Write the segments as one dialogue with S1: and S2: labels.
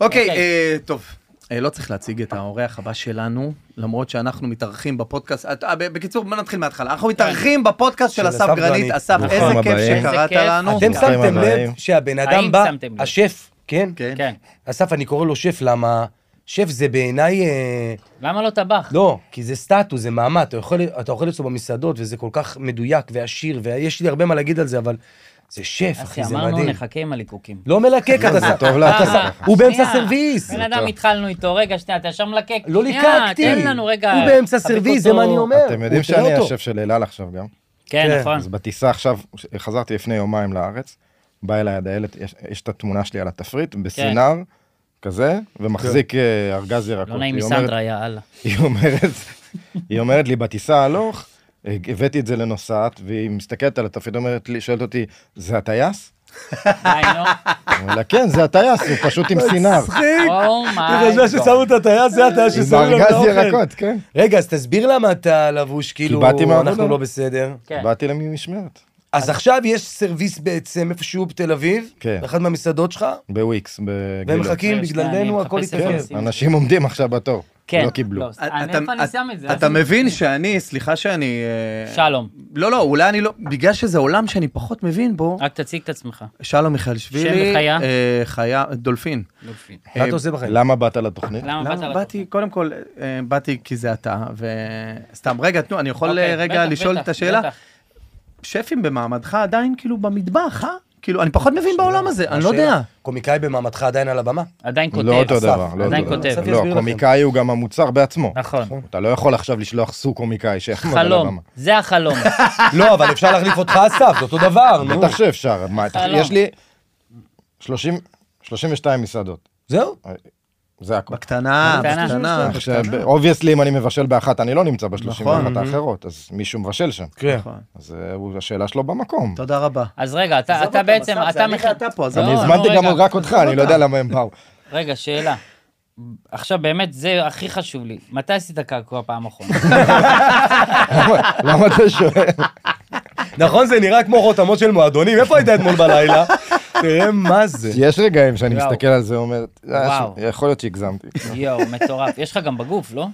S1: אוקיי, אה, טוב. אה, לא צריך להציג את האורח הבא שלנו, למרות שאנחנו מתארחים בפודקאסט, את- אה, ב- בקיצור, בוא נתחיל מההתחלה.
S2: אה,
S1: אנחנו מתארחים בפודקאסט של
S3: של
S1: אסף
S3: אסף
S1: גרנית.
S3: גרנית.
S1: אסף,
S4: ברוכים
S1: איזה כיף
S4: הבאים.
S1: שקראת
S2: איזה כיף. אה,
S1: לנו.
S3: אתם
S4: כן.
S3: שמתם לב
S4: הבאים.
S3: שהבן אדם
S2: האם
S3: בא,
S2: שמתם לב?
S3: השף, כן?
S1: כן.
S2: כן.
S3: אסף, אני קורא לו שף, למה? שף זה בעיניי... אה,
S2: למה לא טבח?
S3: לא, כי זה סטטוס, זה מעמד, אתה אוכל, אתה אוכל אצלו במסעדות, וזה כל כך מדויק ועשיר, ויש לי הרבה מה להגיד על זה, אבל זה שף, אחי,
S2: אחי,
S3: זה
S2: אמרנו
S3: מדהים.
S2: נחכה עם הליקוקים. אה,
S3: לא מלקק, אתה
S4: זה
S3: שם.
S4: טוב לה,
S3: אתה
S4: טוב
S3: שם-
S4: לך.
S3: הוא באמצע
S2: שנייה,
S3: סרוויס.
S2: בן
S1: לא.
S2: אדם התחלנו איתו, רגע, שנייה, אתה ישר מלקק.
S3: לא
S2: שנייה,
S3: ליקקתי.
S2: תן לנו רגע.
S3: הוא באמצע
S2: תחבק
S3: סרוויס, זה
S2: אותו.
S3: מה אני אומר.
S4: אתם יודעים
S3: הוא תראה
S4: שאני
S3: אותו.
S4: השף של אל על עכשיו גם.
S2: כן,
S3: כן.
S2: נכון.
S4: אז בטיסה עכשיו, ש- חזרתי לפני יומיים לארץ, באה אליי הדיילת, יש- יש את התמונה שלי על התפריט,
S2: כן.
S4: בסינר, כזה, ומחזיק אה, ארגז ירקות.
S2: לא נעים
S4: היא אומרת-
S2: מסנדרה, יאללה.
S4: היא אומרת, היא אומרת לי בטיסה הלוך, אה, הבאתי את זה לנוסעת, והיא מסתכלת על התפריט, אומרת לי, שואלת אותי, זה הטייס?
S2: די, נו.
S4: אני אומר לה, כן, זה הטייס, הוא פשוט
S3: לא,
S4: עם סינר.
S3: מצחיק.
S2: Oh
S3: היא
S2: אומייגוד.
S3: חשבה ששמו את הטייס, זה הטייס
S4: עם
S3: ששמו לו את
S4: ארגז
S3: האוכל.
S4: ירקות, כן.
S3: רגע, אז תסביר למה אתה לבוש, כאילו,
S4: באתי מהעבודה.
S3: אנחנו לא בסדר.
S2: כן.
S4: באתי למשמרת,
S3: אז עכשיו יש סרוויס בעצם איפשהו בתל אביב,
S4: כן. לא-
S3: באחת מהמסעדות שלך,
S4: בוויקס, בגילות.
S3: והם מחכים
S2: רגע, שנייה,
S3: בגללנו,
S2: אני
S3: הכל
S2: מחפש
S3: התעכב.
S2: איפה-
S4: כן, אנשים עומדים עכשיו בתור,
S2: כן.
S4: לא קיבלו.
S2: לא, אני איפה אני שם את זה?
S1: אתה מבין שאני, סליחה שאני... אה,
S2: שלום,
S1: לא, לא, אולי אני לא... בגלל שזה עולם שאני פחות מבין בו,
S2: רק תציג את עצמך.
S1: שלום מיכאלשווילי.
S2: אה, שם וחיה?
S1: אה, חיה, דולפין. אה,
S2: דולפין.
S3: מה
S1: כן.
S3: אתה עושה בחיים?
S4: למה באת לתוכנית?
S2: למה באת
S1: למה
S2: לפה?
S1: באתי, קודם כל, אה, באתי כי זה אתה, וסתם, רגע, תנו, אני יכול
S2: אוקיי,
S1: אה, רגע
S2: בטח,
S1: לשאול
S2: בטח,
S1: את השאלה?
S2: בטח.
S1: שפים במעמדך עדיין כאילו במטבח, אה? כאילו, אני פחות מבין בעולם הזה, אני לא
S3: השאלה,
S1: יודע.
S3: אה, קומיקאי במעמדך עדיין על הבמה?
S2: עדיין כותב.
S4: לא אותו
S3: אסף,
S4: דבר, לא אותו
S2: עדיין
S4: דבר.
S2: כותב.
S3: אסף
S4: לא,
S3: יסביר לכם.
S4: קומיקאי הוא גם המוצר בעצמו.
S2: נכון.
S4: אתה לא יכול עכשיו לשלוח סוג קומיקאי שיחמד על הבמה.
S2: חלום, זה החלום.
S3: לא, אבל אפשר להחליף אותך אסף, זה אותו דבר, נו.
S4: בטח שאפשר, מה, אתה-
S2: חלום.
S4: יש לי 30 32 מסעדות,
S3: זהו?
S4: זה הכל.
S1: בקטנה,
S2: בקטנה.
S1: בקטנה.
S4: עכשיו, אובייסלי אם אני מבשל באחת, אני לא נמצא בשלושים
S1: נכון.
S4: ואחת האחרות, אז מישהו מבשל שם.
S3: כן.
S1: נכון.
S4: אז אה, הוא- השאלה שלו במקום.
S1: תודה רבה.
S2: אז רגע, אתה-
S1: עזוב
S2: אתה
S1: אותם,
S2: בעצם,
S1: אסף, זה
S2: אתה...
S1: אני
S2: מכין-
S1: ואתה פה, אז
S2: לא,
S4: אני
S2: נו,
S4: הזמנתי
S2: רגע.
S4: גם רק אותך, אני לא יודע למה הם באו.
S2: רגע, שאלה. עכשיו באמת, זה הכי חשוב לי. מתי עשית קעקוע פעם אחרונה?
S4: למה- למה אתה שואל?
S3: נכון, זה נראה כמו חותמות של מועדונים, איפה היית אתמול בלילה? תראה מה זה.
S4: יש רגעים שאני
S2: וואו.
S4: מסתכל על זה ואומר, "אה,
S2: וואו.
S4: יכול להיות שהגזמתי.
S2: יואו, מטורף. יש לך גם בגוף, לא?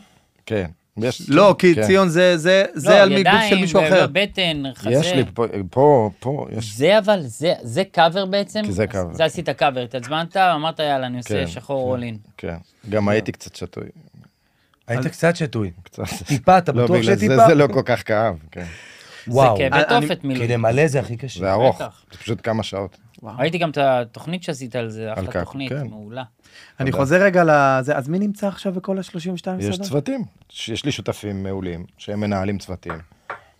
S4: כן. יש-
S1: לא, כי
S4: כן.
S1: ציון זה- זה
S2: לא,
S1: זה על מי גוף של
S2: ידיים,
S1: מישהו
S2: ב-
S1: אחר.
S2: בבטן, חזה.
S4: יש לי פה, פה, פה, יש...
S2: זה אבל, זה- זה קאבר בעצם?
S4: כי זה קאבר.
S2: זה עשית קאבר, התעצבנת, אמרת יאללה, אני עושה
S4: כן,
S2: שחור רולין.
S4: כן. גם הייתי קצת שתוי.
S3: היית קצת שתוי.
S4: קצת.
S3: טיפה, אתה
S4: לא,
S3: בטוח
S4: בגלל
S3: שטיפה?
S4: זה זה לא כל כך כאב, כן.
S2: זה
S3: וואו.
S2: כאבי
S1: אני-
S2: תופת
S3: כי
S2: מילואים.
S3: למלא זה הכי
S4: זה
S3: קשה.
S4: ארוך.
S2: בטח.
S4: זה פשוט כמה שעות.
S2: ראיתי גם את התוכנית שעשית על זה,
S4: על
S2: אחלה
S4: קעקוע,
S2: תוכנית,
S4: כן.
S2: מעולה.
S1: אני חוזר רגע לזה, אז מי נמצא עכשיו בכל ה-32
S4: יש
S1: מסעדות?
S4: צוותים. ש- יש לי שותפים מעולים, שהם מנהלים צוותים.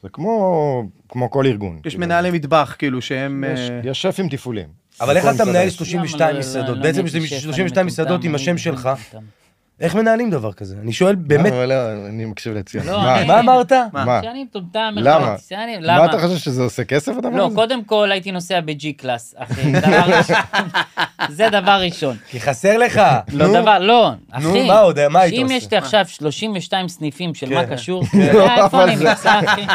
S4: זה כמו כמו כל ארגון.
S1: יש
S4: כאילו,
S1: מנהלי מטבח, כאילו, שהם...
S4: יש-
S1: אה,
S4: יש שפים תפעולים.
S3: אבל איך
S4: בכל
S3: אתה
S4: מסעדה
S3: מנהל
S4: יש.
S2: לא,
S3: 32 מסעדות? בעצם יש לי 32 מסעדות עם השם שלך. איך מנהלים דבר כזה? אני שואל באמת,
S4: לא, לא, אני מקשיב לציון.
S2: לא,
S4: מה?
S2: אני-
S3: מה אמרת?
S4: מה?
S2: שאני מטומטם,
S4: אה. למה?
S2: שאני-
S4: מה
S2: למה?
S4: אתה חושב שזה עושה כסף הדבר הזה?
S2: לא, קודם כל הייתי נוסע בג'י קלאס, אחי. דבר ראשון. זה דבר ראשון.
S3: כי חסר לך.
S2: לא דבר, לא, אחי.
S3: נו, מה עוד, מה כן. היית
S2: אם
S3: עושה?
S2: יש לי עכשיו 32 סניפים של מה קשור, אתה
S4: לא,
S2: יודע איפה
S4: אבל
S2: אני
S4: זה-
S2: נמצא, אחי?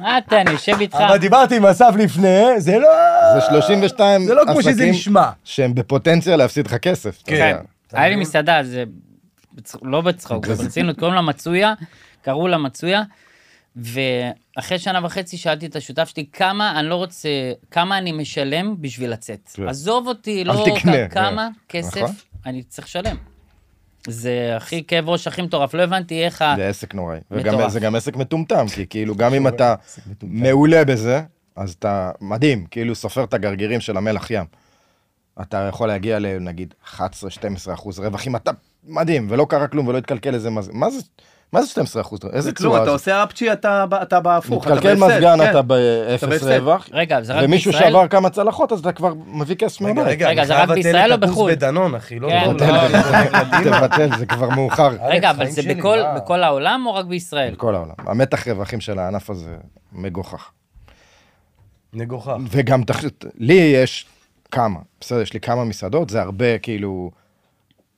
S2: מה אתה, אני יושב איתך.
S3: אבל דיברתי עם אסף לפני, זה לא...
S4: זה 32
S3: זה לא כמו שזה
S4: עסקים
S3: נשמע.
S4: שהם בפוטנציה להפסיד לך כסף. אתה
S3: כן.
S4: יודע.
S2: היה לי מסעדה, זה בצ- לא בצחוק,
S4: זה-
S2: ברצינות, קוראים לה מצויה, קראו לה מצויה, ואחרי שנה וחצי שאלתי את השותף שלי, כמה אני לא רוצה, כמה אני משלם בשביל לצאת.
S4: כן.
S2: עזוב אותי, לא
S4: תקנה,
S2: כ- כמה
S4: כן.
S2: כסף
S4: נכון.
S2: אני צריך לשלם. זה הכי כאב ראש, הכי מטורף, לא הבנתי איך ה...
S4: זה עסק נוראי.
S2: מטורף.
S4: וזה גם עסק מטומטם, כי כאילו גם אם אתה מעולה בזה, אז אתה מדהים, כאילו סופר את הגרגירים של המלח ים. אתה יכול להגיע לנגיד 11-12 אחוז רווח אם אתה מדהים, ולא קרה כלום ולא התקלקל איזה מז... מה זה, מה זה 12 אחוז? איזה
S1: זה כלום,
S4: צורה
S1: אתה
S4: זה?
S1: עושה אפצ'י, אתה ב- אתה בהפוך, אתה
S4: התקלקל
S1: בהפסד,
S4: מזגן,
S1: כן.
S4: אתה באפס
S1: בהפסד.
S4: רווח,
S2: רגע, זה רק בישראל?
S4: ומישהו שעבר כמה צלחות, אז אתה כבר מביא כסף
S3: רגע,
S4: מהבית.
S3: רגע,
S2: רגע,
S3: אני
S2: זה רק
S3: חייב לבטל
S2: בישראל
S3: את
S2: או
S3: הבוז
S2: בחו"ל?
S3: בדנון, אחי, לא
S2: כן,
S3: טוב.
S2: לא, לא,
S4: תבטל, זה כבר מאוחר.
S2: רגע, אבל
S3: חיים
S2: זה
S3: שלי,
S2: בכל-
S3: מה?
S2: בכל העולם או רק בישראל?
S4: בכל העולם. המתח רווחים של הענף הזה מגוחך.
S3: נגוחה.
S4: וגם תחשוב, לי יש כמה, בסדר, יש לי כמה מסעדות, זה הרבה כאילו,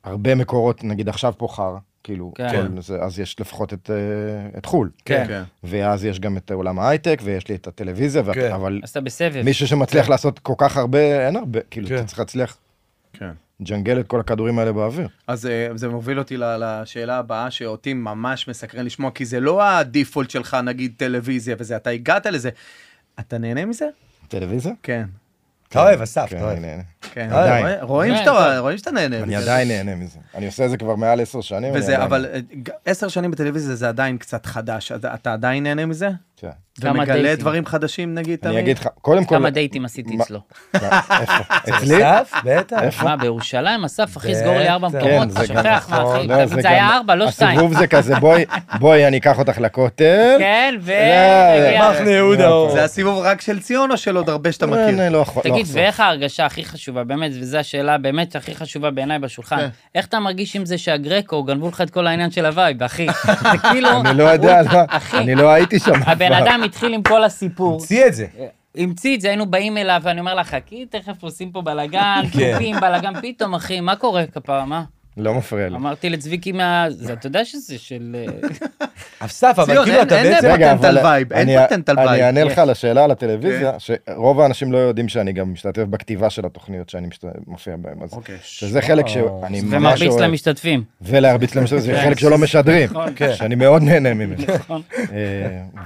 S4: הרבה מקורות, נגיד עכשיו פה חרא, כאילו,
S2: כן.
S4: כל זה, אז יש לפחות את, אה, את חו"ל.
S3: כן.
S1: כן.
S4: ואז יש גם את עולם ההייטק, ויש לי את הטלוויזיה, וה-
S3: כן.
S4: אבל
S2: אז אתה בסבב.
S4: מישהו שמצליח לעשות כל כך הרבה, אין הרבה, כאילו,
S3: כן.
S4: אתה צריך להצליח
S1: כן.
S4: ג'נגל את כל הכדורים האלה באוויר.
S1: אז אה, זה מוביל אותי ל- לשאלה הבאה, שאותי ממש מסקרן לשמוע, כי זה לא הדיפולט שלך, נגיד טלוויזיה וזה, אתה הגעת לזה. אתה נהנה מזה?
S4: טלוויזיה?
S1: כן,
S3: אתה אוהב, אסף,
S4: כן,
S3: אתה אוהב.
S4: אני נהנה.
S1: כן.
S4: עדיין.
S1: רואה- רואים
S2: כן,
S1: שאתה
S2: טוב.
S1: רואים שאתה נהנה.
S4: אני
S1: מזה.
S4: עדיין נהנה מזה. אני עושה את זה כבר מעל עשר שנים. אני
S1: וזה,
S4: עדיין-
S1: אבל אה, ג- עשר שנים בטלוויזיה זה עדיין קצת חדש, אתה אתה עדיין נהנה מזה?
S4: כן.
S2: כמה
S1: ומגלה
S2: דייטים.
S1: דברים חדשים נגיד תמיד?
S4: אני אגיד לך, קודם כל...
S2: כמה דייטים עשיתי
S4: מה-
S2: אצלו.
S4: איפה? אצלי?
S3: אסף, בטח.
S2: אה, מה, בירושלים, אסף, אחי, סגור לי ארבע
S3: בטח.
S2: מקומות,
S4: כן,
S2: אתה
S4: זה גם
S2: שוכח, מה, אחי?
S3: נכון.
S4: לא,
S2: זה היה
S4: גם-
S2: ארבע, לא שתיים.
S4: הסיבוב זה כזה, בואי, בואי, אני אקח אותך לכותל.
S2: כן, ו...
S4: לא,
S2: רגע,
S3: מחנה יהודה. או-
S1: זה הסיבוב רק של ציון או של עוד הרבה שאתה מכיר?
S4: אני לא יכול- לא
S2: תגיד,
S4: אחזור.
S2: ואיך ההרגשה הכי חשובה, באמת, וזו השאלה באמת הכי חשובה בעיניי
S4: כן.
S2: בשולחן, איך אתה מרגיש עם זה שהגרקו גנבו לך את כל העניין של הווייב, אחי? זה כאילו...
S4: אני לא יודע,
S2: הוא-
S4: לא-
S2: אחי,
S4: אני לא הייתי שם. אף
S2: הבן
S4: פעם.
S2: אדם התחיל עם כל הסיפור.
S3: המציא את זה.
S2: המציא את זה, היינו באים אליו, ואני אומר לה, חכי, תכף עושים פה בלאגן,
S3: כן.
S2: קופים, בלאגן, פתאום, אחי, מה קורה כפרה, מה?
S4: לא מפריע לי.
S2: אמרתי לצביקי מה... זה, אתה יודע שזה של... אה,
S3: אסף, אבל
S1: ציון,
S3: כאילו
S1: אין-
S3: אתה
S1: אין להם
S3: בעצם...
S1: פטנט על וייב, אין
S4: אני-
S1: פטנט על כן. וייב.
S4: אני אענה
S2: יש.
S4: לך על השאלה על הטלוויזיה, שרוב האנשים לא יודעים שאני גם משתתף בכתיבה של התוכניות שאני משת- מופיע בהן. אז
S1: אוקיי.
S4: שזה חלק שאני ממש
S2: ומרביץ
S4: אוהב.
S2: למשתתפים.
S4: ולהרביץ למשתתפים, זה חלק שלא משדרים,
S3: כן.
S4: שאני מאוד נהנה ממנו.
S2: נכון.
S4: אה,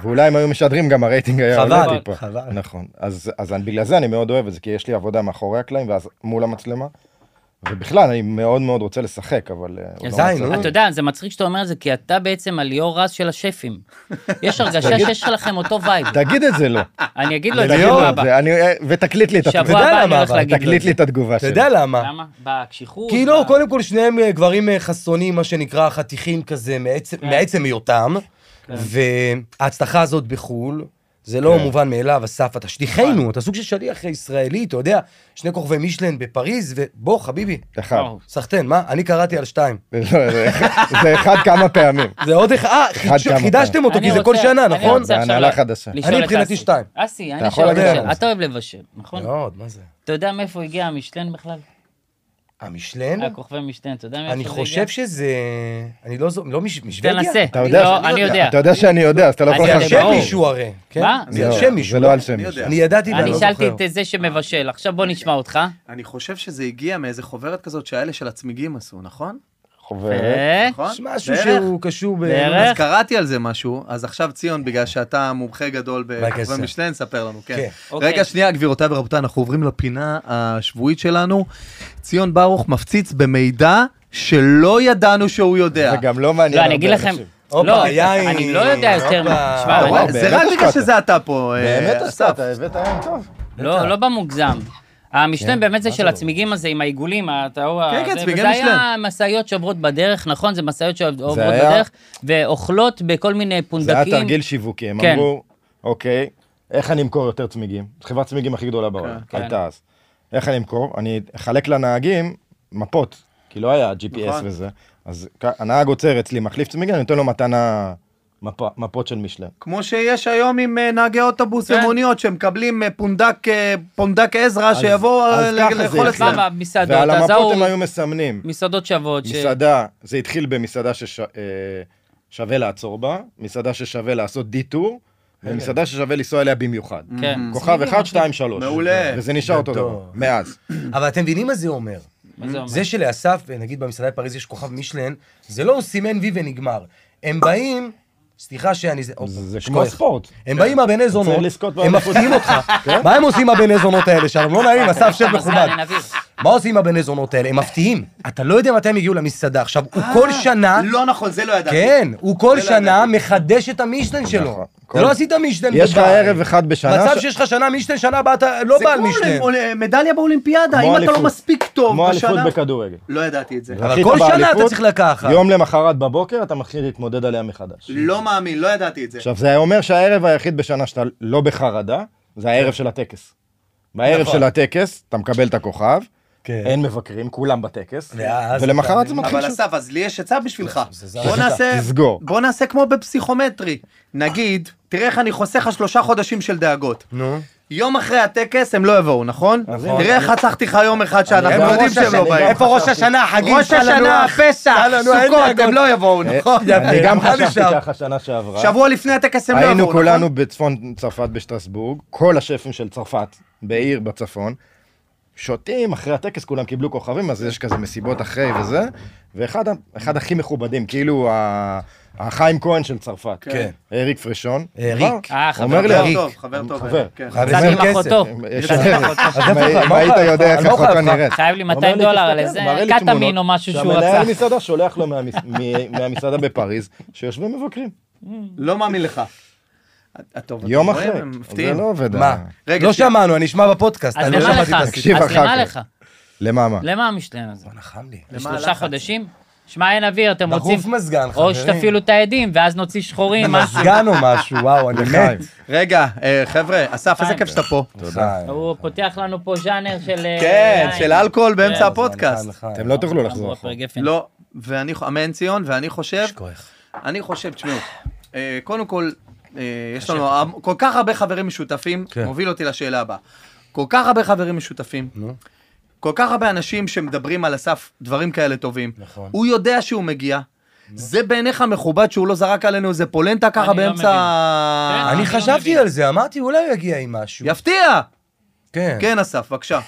S4: ואולי אם היו משדרים גם הרייטינג היה עולה
S3: חבל,
S4: טיפה.
S3: חבל.
S4: נכון. אז אז אני- בגלל זה אני מאוד אוהב את זה, כי יש לי עבודה מאחורי הקלעים ואז מול המצלמה. ובכלל, אני מאוד מאוד רוצה לשחק, אבל... אה, הוא לא
S3: עדיין,
S4: מצליח.
S3: נו.
S2: אתה יודע, זה מצחיק שאתה אומר את זה, כי אתה בעצם הליאור רז של השפים. יש הרגשה שיש לכם אותו וייב.
S4: תגיד את זה לא.
S2: אני אגיד לו את זה
S4: תגיד
S2: שבוע
S4: את
S2: הבא.
S4: זה, אני- אה, ותקליט לי את
S2: שבוע
S4: התגובה.
S3: יודע
S2: הבא אני
S3: למה,
S2: הולך
S3: אבל
S2: להגיד לו את
S4: תקליט
S2: זה.
S4: לי את התגובה
S3: אתה
S4: שלי.
S3: יודע למה?
S2: למה? בקשיחות?
S3: כי לא,
S2: ב-
S3: קודם כל שניהם אה, גברים אה, חסונים, מה שנקרא, חתיכים כזה, מעצם-
S2: כן.
S3: מעצם היותם, וההצלחה הזאת בחו"ל, זה לא
S2: כן.
S3: מובן מאליו, אסף, אתה
S2: נכון.
S3: שליחנו, אתה סוג של שליח ישראלי, אתה יודע, שני כוכבי מישלן בפריז, ובוא, חביבי,
S4: אחד.
S2: וואו.
S3: סחטיין, מה? אני קראתי על שתיים.
S4: לא, זה אחד- זה אחד כמה פעמים.
S3: זה עוד אחד, אה, חידש-
S4: כמה פעמים.
S3: הנחידתם אותו,
S2: אני
S3: כי זה כל
S2: רוצה-
S3: שנה,
S2: אני
S3: נכון?
S2: רוצה
S4: זה
S2: עכשיו
S4: הנהלה
S2: לה-
S4: חדשה.
S2: לשאול
S3: אני
S2: את
S3: מבחינתי
S2: אסי.
S3: שתיים.
S2: אסי, אני
S4: יכול
S2: שואל
S3: להגיד
S2: אותך,
S3: לנו.
S2: אתה אוהב לבשל, נכון?
S3: מאוד, מה זה?
S2: אתה יודע מאיפה הגיע המשלן בכלל?
S3: המשלן?
S2: הכוכבי משלן, אתה יודע מאיפה זה
S3: אני
S2: הגיע?
S3: חושב שזה... אני לא זו... לא מש- משוודיה?
S2: תנסה.
S4: אתה יודע
S2: לא,
S4: שאני
S2: אני יודע.
S4: אתה יודע שאני יודע, אז אתה לא
S2: אני
S4: יכול
S3: זה
S2: יודע,
S3: על
S4: לך...
S3: שם
S2: ברור.
S3: מישהו הרי. כן?
S2: מה?
S3: זה על
S4: לא,
S3: שם מישהו.
S4: זה לא על
S3: לא?
S4: שם
S1: אני יודע.
S4: מישהו.
S3: אני ידעתי ואני
S2: אני
S3: לא
S2: שאלתי
S3: זוכר. אה,
S2: את זה שמבשל, עכשיו בוא נשמע אותך.
S1: אני חושב שזה הגיע מאיזה חוברת כזאת שהאלה של הצמיגים עשו, נכון?
S4: חוברת.
S2: אה,
S1: נכון?
S3: יש משהו
S1: בערך?
S3: שהוא קשור ב...
S2: בערך?
S1: אז קראתי על זה משהו, אז עכשיו ציון, בגלל שאתה מומחה גדול
S3: בבקשה.
S1: בכוכבי משלן, ספר לנו, כן.
S3: כן.
S2: אוקיי.
S1: רגע, שנייה, גבירותיי ורבותיי, אנחנו עוברים לפינה השבועית שלנו. ציון ברוך מפציץ במידע שלא ידענו שהוא יודע.
S4: זה גם לא מעניין.
S2: לא, אני אגיד
S4: הרבה
S2: לכם,
S4: אנשים.
S3: הופה,
S2: לא,
S3: יין.
S2: אני לא יודע יותר,
S3: הופה. אה,
S2: תשמע,
S1: אתה רואה?
S4: וואו,
S1: אה, זה
S4: באמת
S1: רק בגלל
S4: השקעת.
S1: שזה אתה פה, אה,
S4: באמת עשתה,
S1: אסף.
S4: אתה הבאת היום טוב.
S2: לא, לא במוגזם.
S4: כן,
S2: המשלם באמת
S4: לא?
S2: זה של הצמיגים הזה עם העיגולים, הטהור,
S1: כן, כן,
S2: זה-
S1: צמיגי
S2: וזה היה
S1: משלם.
S2: משאיות שעוברות בדרך, נכון? זה משאיות שעוברות
S4: זה היה-
S2: בדרך, ואוכלות בכל מיני
S4: זה היה
S2: פונדקים.
S4: תרגיל שיווקי, הם
S2: כן.
S4: אמרו, אוקיי, איך אני אמכור יותר צמיגים? חברת צמיגים הכי גדולה בעולם,
S2: כן.
S4: הייתה אז. איך אני אמכור? אני אחלק לנהגים מפות, כי לא היה GPS
S1: נכון.
S4: וזה. אז כ- הנהג עוצר אצלי, מחליף צמיגים, אני נותן לו מתנה, מפה- מפות של משלם.
S1: כמו שיש היום עם אה, נהגי אוטובוס
S2: כן.
S1: ומוניות שמקבלים אה, פונדק, אה, פונדק עזרא שיבוא
S4: אז
S1: אה,
S4: ככה
S1: ל-
S4: זה
S1: לאכול
S4: יצא.
S1: אצלם.
S2: סבבה, מסעדות,
S4: ועל
S2: אז
S4: המפות הם
S2: ההוא,
S4: היו מסמנים.
S2: מסעדות שוות. ש-
S4: מסעדה, זה התחיל במסעדה ששווה לעצור בה, מסעדה ששווה לעשות דיטור, ומסעדה ששווה לנסוע אליה במיוחד.
S2: כן.
S4: כוכב 1, 2, 3.
S1: מעולה.
S4: וזה נשאר אותו
S3: גדול.
S4: דבר, מאז.
S3: אבל אתם מבינים מה זה אומר?
S2: מה זה אומר?
S3: זה שלאסף, נגיד במסעדה בפריז יש כוכב מישלן, זה לא הוא סימן וי ונגמר. הם באים, סליחה שאני... זה-
S4: זה- זה
S3: אופ,
S4: כמו
S3: שכוח.
S4: ספורט. כן.
S3: הם באים הבני זונות,
S4: צריך לזכות כן?
S3: הם
S4: באליפות.
S3: מפתיעים אותך. מה הם עושים הבני זונות האלה שם? לא נעים, אסף שב
S2: מסע
S3: מכובד.
S2: לנביר.
S3: מה עושים הבני זונות האלה? הם מפתיעים. אתה לא יודע מתי הם הגיעו למסעדה. עכשיו, הוא כל שנה...
S1: לא נכון, זה לא ידעתי.
S3: כן, הוא כל
S1: זה לא ידעתי.
S3: שנה מחדש את המשלן שלו.
S4: נכון.
S3: אתה
S4: כל-
S3: לא עשית משלן
S4: יש לך
S3: בבעל.
S4: ערב אחד בשנה
S3: מצב
S4: ש-
S3: שיש לך שנה משלן, שנה הבאה אתה לא
S1: זה
S3: בעל
S1: כמו
S3: משלן.
S1: אולי- מדליה באולימפיאדה,
S4: כמו
S1: אם אתה לא
S4: אליפות.
S1: מספיק טוב
S4: כמו אליפות
S1: בשנה...
S4: בכדורגל.
S1: לא ידעתי את זה.
S3: אבל
S4: זכית
S3: כל שנה אתה
S4: באליפות,
S3: צריך לקחת.
S4: יום למחרת בבוקר אתה מתחיל להתמודד עליה מחדש.
S1: לא מאמין, לא ידעתי את זה.
S4: עכשיו, זה היה אומר שהערב היחיד בשנה שאתה לא בחרדה, זה הערב של הטקס. בערב
S3: כן. נכון.
S4: של הטקס, אתה מקבל את הכוכב,
S3: כן.
S4: אין מבקרים, כולם בטקס,
S3: ואז
S4: ולמחרת
S3: אתה-
S4: זה מתחיל
S1: אבל
S4: אוקיי, שוב.
S1: אסף, אז לי יש עצה בשבילך.
S3: זה זר.
S1: בוא נעשה,
S4: תסגור.
S1: בוא נעשה כמו בפסיכומטרי. נגיד, תראה איך אני חוסך לך שלושה חודשים של דאגות.
S3: נו.
S1: יום אחרי הטקס הם לא יבואו, נכון?
S4: הנה,
S1: תראה איך חסכתי לך יום אחד שאנחנו
S4: גם
S1: יודעים
S4: ראש
S1: שהם לא
S4: השנה-
S1: באים.
S3: איפה ראש השנה, החגים?
S1: ראש השנה, הפסח, סוכות, הם לא יבואו, נכון?
S4: אני גם
S3: מה
S4: חשבתי
S3: נשאר?
S4: ככה שנה שעברה.
S1: שבוע לפני הטקס הם לא יבואו,
S4: היינו
S1: נכון?
S4: כולנו בצפון צרפת בשטרסבורג, כל השפים של צרפת, בעיר בצפון. שותים, אחרי הטקס כולם קיבלו כוכבים, אז יש כזה מסיבות אחרי וזה, ואחד ה- אחד הכי מכובדים, כאילו ה- החיים כהן של צרפת.
S3: כן.
S4: אריק פרשון.
S3: אריק.
S4: אמר-
S2: אה, חבר
S4: אומר לי,
S2: טוב.
S1: חבר
S4: אריק,
S1: טוב, חבר טוב.
S4: חבר.
S1: כן.
S3: חייב
S2: קצת
S3: לשלם
S2: עם
S3: כסף.
S2: אחותו.
S4: יש
S2: קצת עם אחותו.
S3: אז איפה
S4: אם
S3: אתה?
S4: אם
S3: מה
S4: היית
S3: אוכלים
S4: יודע
S3: לך?
S4: איך
S3: מה אוכלים
S4: אחותו
S3: לך?
S4: נראית.
S2: לא חייב לי
S4: אומר
S2: 200
S4: לי,
S2: דולר
S4: תסתכל, כן,
S2: על איזה
S4: מראה לי
S2: קטמין
S4: תמונות.
S2: או משהו שהוא רצה.
S4: שהמנהל מסעדה שולח לו מהמס- מ- מהמסעדה בפריז, שיושבים מבקרים.
S1: לא מאמין לך. אתה- טוב,
S4: יום
S1: אתה רואה,
S4: אחרי.
S1: הם
S4: זה
S1: מפתיעים.
S4: לא עובד.
S3: מה?
S1: רגע,
S3: לא
S1: שנייה.
S3: שמענו, אני אשמע בפודקאסט,
S2: אז
S3: אני לא
S2: למה
S3: שמעתי
S2: לך?
S3: את הסיפור.
S4: תקשיב
S2: אז
S4: אחר
S2: למה
S4: כך.
S2: לך?
S4: למה מה?
S2: למה המשלן הזה?
S3: נחם לי.
S2: שלושה חודשים? שמע, אין אוויר, אתם
S3: דחוף
S2: רוצים...
S3: מזגן,
S2: או
S3: חברים.
S2: שתפעילו את העדים, ואז נוציא שחורים, משהו.
S3: מזגן או משהו, וואו, אני מת.
S4: לחיים.
S1: רגע, אה, חבר'ה, אסף, איזה כיף שאתה פה.
S4: תודה.
S3: חיים.
S2: הוא פותח לנו פה ז'אנר של... אה,
S1: כן,
S2: יין.
S1: של אלכוהול באמצע
S2: כן,
S1: הפודקאסט.
S3: לחיים, לחיים.
S4: אתם לא תוכלו לחזור
S2: אמרו,
S4: אחורה.
S3: כן.
S2: גפן.
S1: לא, ואני, אמן ציון, ואני חושב,
S3: יש כוח.
S1: אני חושב, תשמעו, אה, קודם כל, אה, יש לנו המ- כל כך הרבה חברים משותפים,
S3: כן.
S1: מוביל אותי לשאלה הבאה. כל כך הרבה חברים משותפים,
S3: נו.
S1: כל כך הרבה אנשים שמדברים על אסף דברים כאלה טובים.
S3: נכון.
S1: הוא יודע שהוא מגיע. זה בעיניך מכובד שהוא לא זרק עלינו איזה פולנטה ככה
S2: לא
S1: באמצע...
S2: מבין.
S1: ה-
S2: אני
S3: אני
S2: לא
S3: חשבתי
S2: מבין.
S3: על זה, אמרתי, אולי הוא יגיע עם משהו.
S1: יפתיע!
S3: כן.
S1: כן, אסף, בבקשה.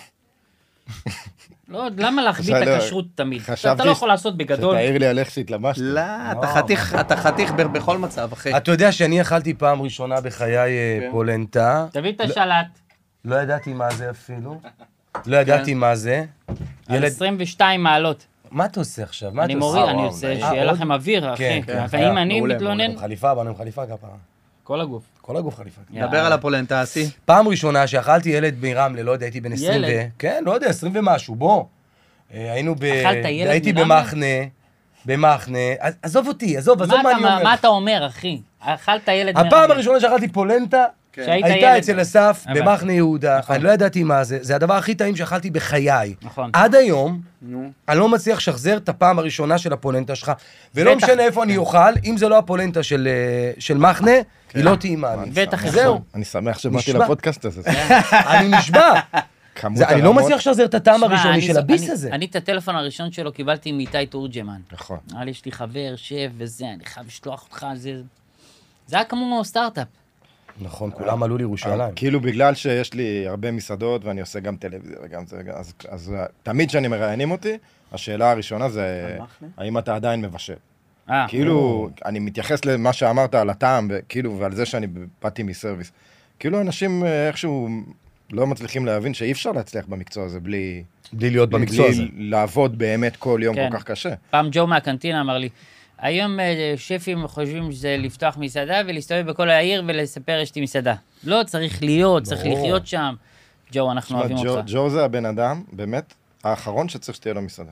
S2: לא, למה להחביא את
S4: בסדר.
S2: הכשרות תמיד?
S4: חשבתי
S2: אתה לא יכול לעשות בגדול.
S4: שתעיר לי על איך שהתלבשת.
S1: לא, אתה חתיך, אתה חתיך ב- בכל מצב, אחי.
S3: אתה יודע שאני אכלתי פעם ראשונה בחיי אה,
S1: כן.
S3: פולנטה,
S2: תביא את השלט.
S3: לא ידעתי מה זה אפילו. לא ידעתי
S2: כן.
S3: מה זה.
S2: על
S3: ילד,
S2: 22 מעלות.
S3: מה אתה עושה עכשיו? מה אתה
S2: אני
S3: עושה?
S2: מוריד, אני
S3: וואו,
S2: עושה,
S3: נעים.
S2: שיהיה
S3: אה,
S2: לכם אוויר, אחי.
S3: כן, כן,
S2: אבל
S3: היה,
S2: אם אני
S1: מעולה,
S2: מתלונן...
S3: עוד- חליפה, באנו עם חליפה כפרה.
S2: כל הגוף.
S3: כל הגוף חליפה.
S1: דבר על הפולנטה, אסי.
S3: פעם ראשונה שאכלתי ילד מרמלה, לא יודע, הייתי בן 20 ו...
S2: ילד?
S3: כן, לא יודע, 20 ומשהו, בוא. אה, היינו ב...
S2: אכלת ילד
S3: הייתי
S2: מרמלה?
S3: במחנה, במחנה. אז- עזוב אותי, עזוב, עזוב
S2: מה
S3: מה
S2: אתה-
S3: אני אומר.
S2: מה- מה אתה אומר, אחי? אכלת ילד...
S3: הפעם
S2: מרמלה.
S3: הראשונה שאכלתי פולנטה,
S2: כן. שהיית
S3: הייתה
S2: ילד.
S3: אצל אסף
S2: הבנתי.
S3: במחנה יהודה,
S2: נכון.
S3: אני לא ידעתי מה זה, זה הדבר הכי טעים שאכלתי בחיי.
S2: נכון.
S3: עד היום,
S1: נו.
S3: אני לא מצליח לשחזר את הפעם הראשונה של הפולנטה שלך, ולא
S2: בטח. כן.
S3: משנה איפה אני אוכל, אם זה לא הפולנטה של אה, של מחנה, היא לא טעימה לי.
S2: בטח,
S4: אני
S2: זהו.
S4: שמח- אני שמח שבאתי
S3: נשמע. כן.
S4: לפודקאסט הזה.
S3: אני נשבע.
S4: כמות
S3: זה- אני לא
S4: הרמות-
S3: מצליח לשחזר את הטעם
S2: שמע,
S3: הראשוני
S2: אני
S3: של
S2: זו-
S3: הביס
S2: אני-
S3: הזה.
S2: אני את הטלפון הראשון שלו קיבלתי מאיתי תורג'מן.
S4: נכון.
S2: אמר לי, יש לי חבר, שב וזה, אני חייב לשלוח אותך, זה... זה היה כמו סטארט-אפ.
S3: נכון, כולם עלו לירושלים.
S4: כאילו בגלל שיש לי הרבה מסעדות ואני עושה גם טלוויזיה וגם זה, אז- אז אה, תמיד כשאני מראיינים אותי, השאלה הראשונה זה, האם אתה עדיין מבשל?
S3: כן.
S2: אה,
S4: כאילו, אני מתייחס למה שאמרת על הטעם, ו- כאילו, ועל זה שאני באתי מסרוויס. כאילו, אנשים אה, איכשהו לא מצליחים להבין שאי אפשר להצליח במקצוע הזה בלי...
S3: בלי להיות במקצוע
S4: בלי
S3: הזה.
S4: לעבוד באמת כל יום
S2: כן.
S4: כל כך קשה.
S2: פעם ג'ו מהקנטינה אמר לי, היום אה, שפים חושבים שזה לפתוח מסעדה ולהסתובב בכל העיר ולספר יש לי מסעדה. לא, צריך להיות, צריך
S3: ברור.
S2: לחיות שם. ג'ו, אנחנו
S4: תשמע,
S2: אוהבים
S4: לא, ג'ו-
S2: אותך.
S4: ג'ו זה הבן אדם, באמת, האחרון שצריך שתהיה לו מסעדה.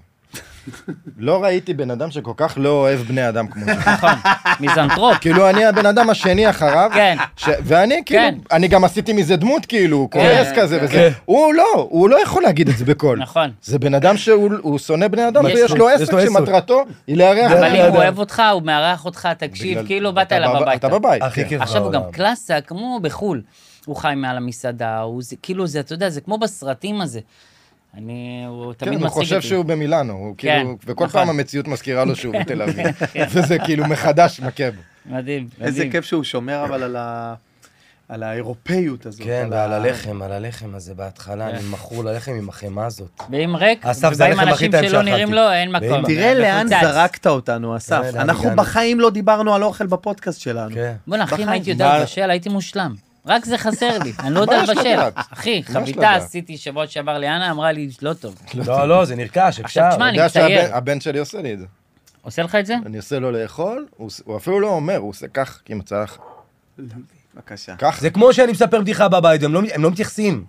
S4: לא ראיתי בן אדם שכל כך לא אוהב בני אדם כמו זה.
S2: נכון, מיזנטרופ.
S4: כאילו, אני הבן אדם השני אחריו.
S2: כן.
S4: ש... ואני כאילו,
S2: כן.
S4: אני גם עשיתי מזה דמות כאילו, כועס כזה וזה. הוא לא, הוא לא יכול להגיד את זה בקול.
S2: נכון.
S4: זה בן אדם שהוא הוא שונא בני אדם
S2: יש
S4: ויש
S2: לו-
S4: לו
S3: יש
S4: עסק
S3: לו עסק.
S4: שמטרתו היא לארח.
S2: אבל
S4: בני
S2: אם
S3: אדם.
S2: הוא אוהב אותך, הוא מארח אותך, תקשיב,
S4: כן, בגלל-
S2: כאילו באת
S4: אתה
S2: אליו
S4: בב-
S2: הביתה.
S4: אתה בבית.
S3: הכי
S4: כן.
S3: כיף
S2: עכשיו הוא גם
S3: בעולם.
S2: קלאסה, כמו בחו"ל. הוא חי מעל המסעדה, הוא זה- כאילו זה, אתה יודע, זה כמו בסרטים הזה. אני, הוא תמיד
S4: כן,
S2: מציג
S4: הוא
S2: אותי.
S4: חושב שהוא במילאנו, הוא
S2: כן,
S4: כאילו, וכל
S2: נכון. כן.
S4: פעם המציאות מזכירה לו שהוא בתל אביב, וזה כאילו מחדש מכה בו.
S2: מדהים, מדהים.
S1: איזה כיף שהוא שומר אבל על ה... על האירופאיות הזאת.
S3: כן,
S1: על ה-
S3: ועל הלחם, על הלחם הזה בהתחלה,
S2: כן.
S3: אני מכור ללחם עם החמאה הזאת.
S2: ואם ריק,
S3: אסף, זה
S2: ובא עם
S3: הלחם הכי
S2: אנשים
S3: טעים
S2: שלא
S3: שאכלתי.
S2: נראים לו, אין מקום.
S3: ואמא.
S1: תראה לאן
S2: מפוצץ.
S1: זרקת אותנו, אסף.
S3: תראה לאן
S1: אנחנו
S3: הגענו.
S1: בחיים לא דיברנו על אוכל בפודקאסט שלנו.
S3: כן.
S2: בוא'נה, אחי, אם
S1: בחיים.
S2: הייתי יודע
S4: מה-
S2: לבשל, הייתי מושלם. רק זה חסר לי, אני לא יודע
S4: יש
S2: לבשל.
S4: לדעת?
S2: אחי,
S4: מה יש
S2: חביתה
S4: לדעת?
S2: עשיתי שבוע שעבר ליאנה, אמרה לי, לא טוב.
S3: לא, לא, זה נרכש, אפשר.
S2: עכשיו, תשמע,
S4: אני
S2: אני
S4: יודע
S2: מצייר.
S4: שהבן שלי עושה לי את זה.
S2: עושה לך את זה?
S4: אני עושה לו לאכול, הוא עוש- הוא אפילו לא אומר, הוא עושה כך, עם הצלחת.
S1: בבקשה.
S4: כך.
S3: זה כמו שאני מספר בדיחה בבית, הם לא, הם לא מתייחסים.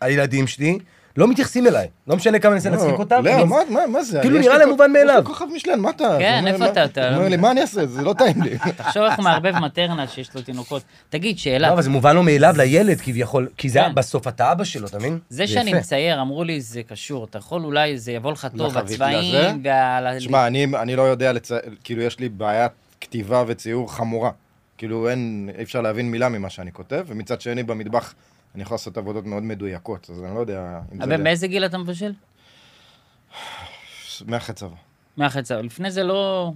S3: הילדים שלי לא מתייחסים אליי. לא משנה כמה אני אנסה להצחיק אותם.
S4: לא,
S3: אני-
S4: מה, מה, מה זה?
S3: כאילו
S4: יש לי
S3: נראה להם
S4: כוכב-
S3: מובן מאליו.
S4: יש לי כוכב משלן, מה אתה?
S2: כן,
S4: הוא אומר,
S2: איפה
S4: מה-
S2: אתה? אתה
S4: הוא אומר
S2: לא-
S4: לי, מה אני אעשה? זה לא טעים לי.
S2: תחשוב איך הוא מערבב מטרנה שיש לו תינוקות. תגיד,
S3: לא,
S2: שאלה.
S3: אבל זה מובן לא מאליו לילד כביכול, כי זה
S2: כן.
S3: בסוף אתה אבא שלו, אתה מבין?
S2: זה
S3: זה
S2: שאני
S3: יפה.
S2: מצייר, אמרו לי, זה קשור, אתה יכול אולי, זה יבוא לך טוב,
S4: לחביתה
S2: הצבעים, וה...
S4: לא שמע, אני אני לא יודע, לצ- כאילו, יש לי בעיית כתיבה וציור חמורה. כאילו, אין, אי אפשר להבין מילה ממה שאני כותב, ומצד שני, במטבח אני יכול לעשות עבודות מאוד מדויקות, אז אני לא יודע אם
S2: אבל
S4: זה...
S2: מאיזה גיל אתה מבשל?
S4: מאחד צבא.
S2: מהחצי, אבל לפני זה לא...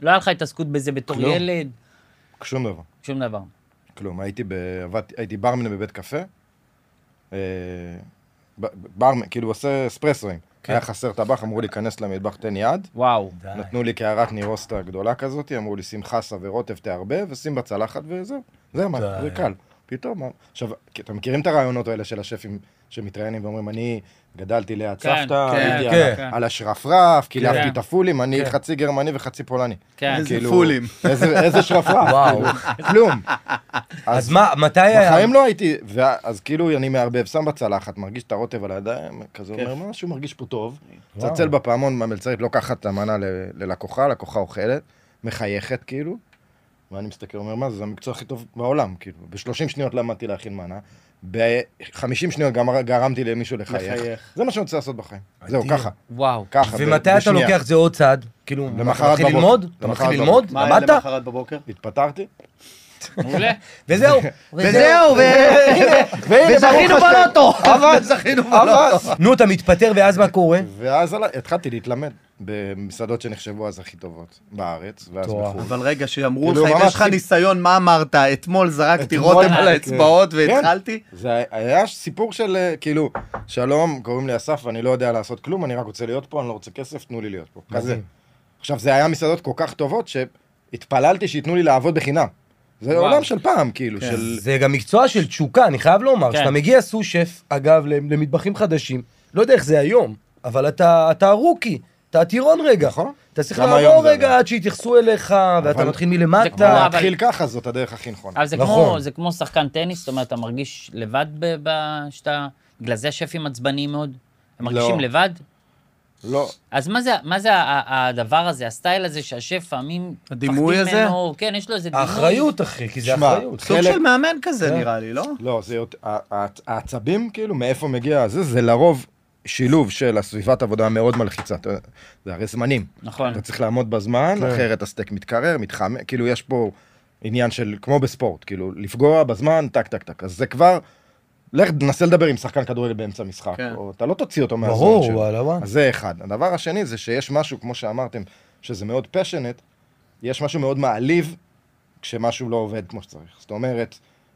S2: לא היה לך התעסקות בזה בתור
S4: כלום.
S2: ילד,
S4: שום דבר.
S2: שום דבר.
S4: כלום, הייתי, ב... עבד... הייתי ברמן בבית קפה, אה, ב- ברמן, כאילו עושה אספרסואים.
S2: כן.
S4: היה חסר טבח, אמרו לי, כנס למטבח, תן יד.
S2: וואו.
S4: נתנו לי קערת נירוסטה גדולה כזאת, אמרו לי, שים חסה ורוטב תערבב, ושים בצלחת וזהו. זה מה, זה קל. פתאום, מה- עכשיו, כי אתם מכירים את הרעיונות האלה של השפים שמתראיינים ואומרים, אני גדלתי ליד
S2: כן,
S4: סבתא,
S2: כן,
S4: הייתי
S3: כן.
S4: על- על השרפרף, קילפתי
S2: כן.
S4: את הפולים, אני
S3: כן.
S4: חצי גרמני וחצי פולני.
S2: כן.
S1: איזה
S4: כאילו,
S1: פולים.
S4: איזה איזה שרפרף,
S3: וואו.
S4: כאילו, כלום.
S3: אז מה, מתי היה?
S4: בחיים לא הייתי, ואז כאילו אני מערבב, שם בצלחת, מרגיש את הרוטב על הידיים, כזה אומר, משהו מרגיש פה טוב.
S3: וואו.
S4: צלצל בפעמון, המלצרית לוקחת את המנה ל- ללקוחה, לקוחה אוכלת, מחייכת כאילו, ואני מסתכל, אומר, מה זה, זה המקצוע הכי טוב בעולם, כאילו. ב-30 שניות למדתי להכין מנה, ב-50 שניות גמר- גרמתי למישהו לחייך.
S1: לחייך.
S4: זה מה שאני רוצה לעשות בחיים. זהו,
S3: אדיר.
S4: ככה,
S2: וואו.
S4: לא ככה. ב-
S3: ומתי אתה
S4: בשנייה.
S3: לוקח את זה עוד צעד? כאילו, אתה
S4: למחרת
S3: מתחיל
S4: בבוקר.
S3: ללמוד? אתה
S4: למחרת
S3: מתחיל ללמוד?
S1: מה היה
S3: למדת?
S1: למחרת בבוקר?
S4: התפטרתי,
S2: מעולה.
S3: וזהו.
S1: וזהו, וזכינו בלוטו. עבד, זכינו בלוטו.
S3: נו, אתה מתפטר ואז מה קורה?
S4: ואז עלה- התחלתי להתלמד במסעדות שנחשבו אז הכי טובות בארץ, ואז
S3: מטורף.
S4: בחו"ל.
S1: אבל רגע, שאמרו
S4: כאילו,
S1: לך, אם
S4: ממש
S1: יש לך
S4: חיב-
S1: ניסיון, מה אמרת? אתמול זרקתי
S4: אתמול-
S1: רותם על
S4: כן.
S1: האצבעות והתחלתי?
S4: כן, זה היה סיפור של אה, כאילו, שלום, קוראים לי אסף, אני לא יודע לעשות כלום, אני רק רוצה להיות פה, אני לא רוצה כסף, תנו לי להיות פה. כזה. עכשיו, זה היה מסעדות כל כך טובות, שהתפללתי שייתנו לי לעבוד בחינם. זה
S2: וואו.
S4: עולם של פעם, כאילו,
S1: כן.
S4: של...
S3: זה גם מקצוע של תשוקה, אני חייב לומר.
S2: כן.
S3: כשאתה מגיע סו שף, אגב, למטבחים חדשים, לא יודע איך זה היום, אבל אתה אתה הרוקי, אתה טירון רגע.
S4: נכון.
S3: אתה צריך
S4: גם היום
S3: לעבור
S4: זה
S3: רגע
S4: עדיין.
S3: עד שיתייחסו אליך, ואתה
S4: אבל-
S3: מתחיל
S4: אבל
S2: כמו-
S3: מלמטה.
S4: להתחיל ככה, זאת הדרך הכי נכונה.
S2: אבל זה, נכון. כמו,
S3: נכון.
S2: זה כמו שחקן טניס, זאת אומרת, אתה מרגיש לבד ב- ב- שאתה... בגלל זה שפים עצבניים מאוד? הם מרגישים
S4: לא.
S2: לבד?
S4: לא,
S2: אז מה זה, מה זה ה- ה- הדבר הזה, הסטייל הזה שהשף פעמים...
S1: הדימוי
S2: מפחדים
S1: הזה?
S2: ממנו, כן, יש לו איזה דימוי.
S3: האחריות, אחי, כי זה
S4: שמע,
S3: אחריות.
S1: סוג
S4: חלק-
S1: של מאמן כזה נראה לי, לא?
S4: לא, זה יות- ה- ה- העצבים, כאילו, מאיפה מגיע זה, זה לרוב שילוב של הסביבת עבודה המאוד מלחיצה. אתה יודע, זה הרי זמנים.
S2: נכון.
S3: כן.
S4: אתה צריך לעמוד בזמן, אחרת הסטייק מתקרר, מתחמם, כאילו, יש פה עניין של, כמו בספורט, כאילו, לפגוע בזמן, טק, טק, טק. אז זה כבר, לך תנסה לדבר עם שחקן כדורגל באמצע משחק,
S1: כן.
S4: או אתה לא תוציא אותו מהזמן שלו.
S3: ברור, וואלה, וואלה.
S4: אז זה אחד. הדבר השני זה שיש משהו, כמו שאמרתם, שזה מאוד פשנט, יש משהו מאוד מעליב כשמשהו לא עובד כמו שצריך. זאת אומרת,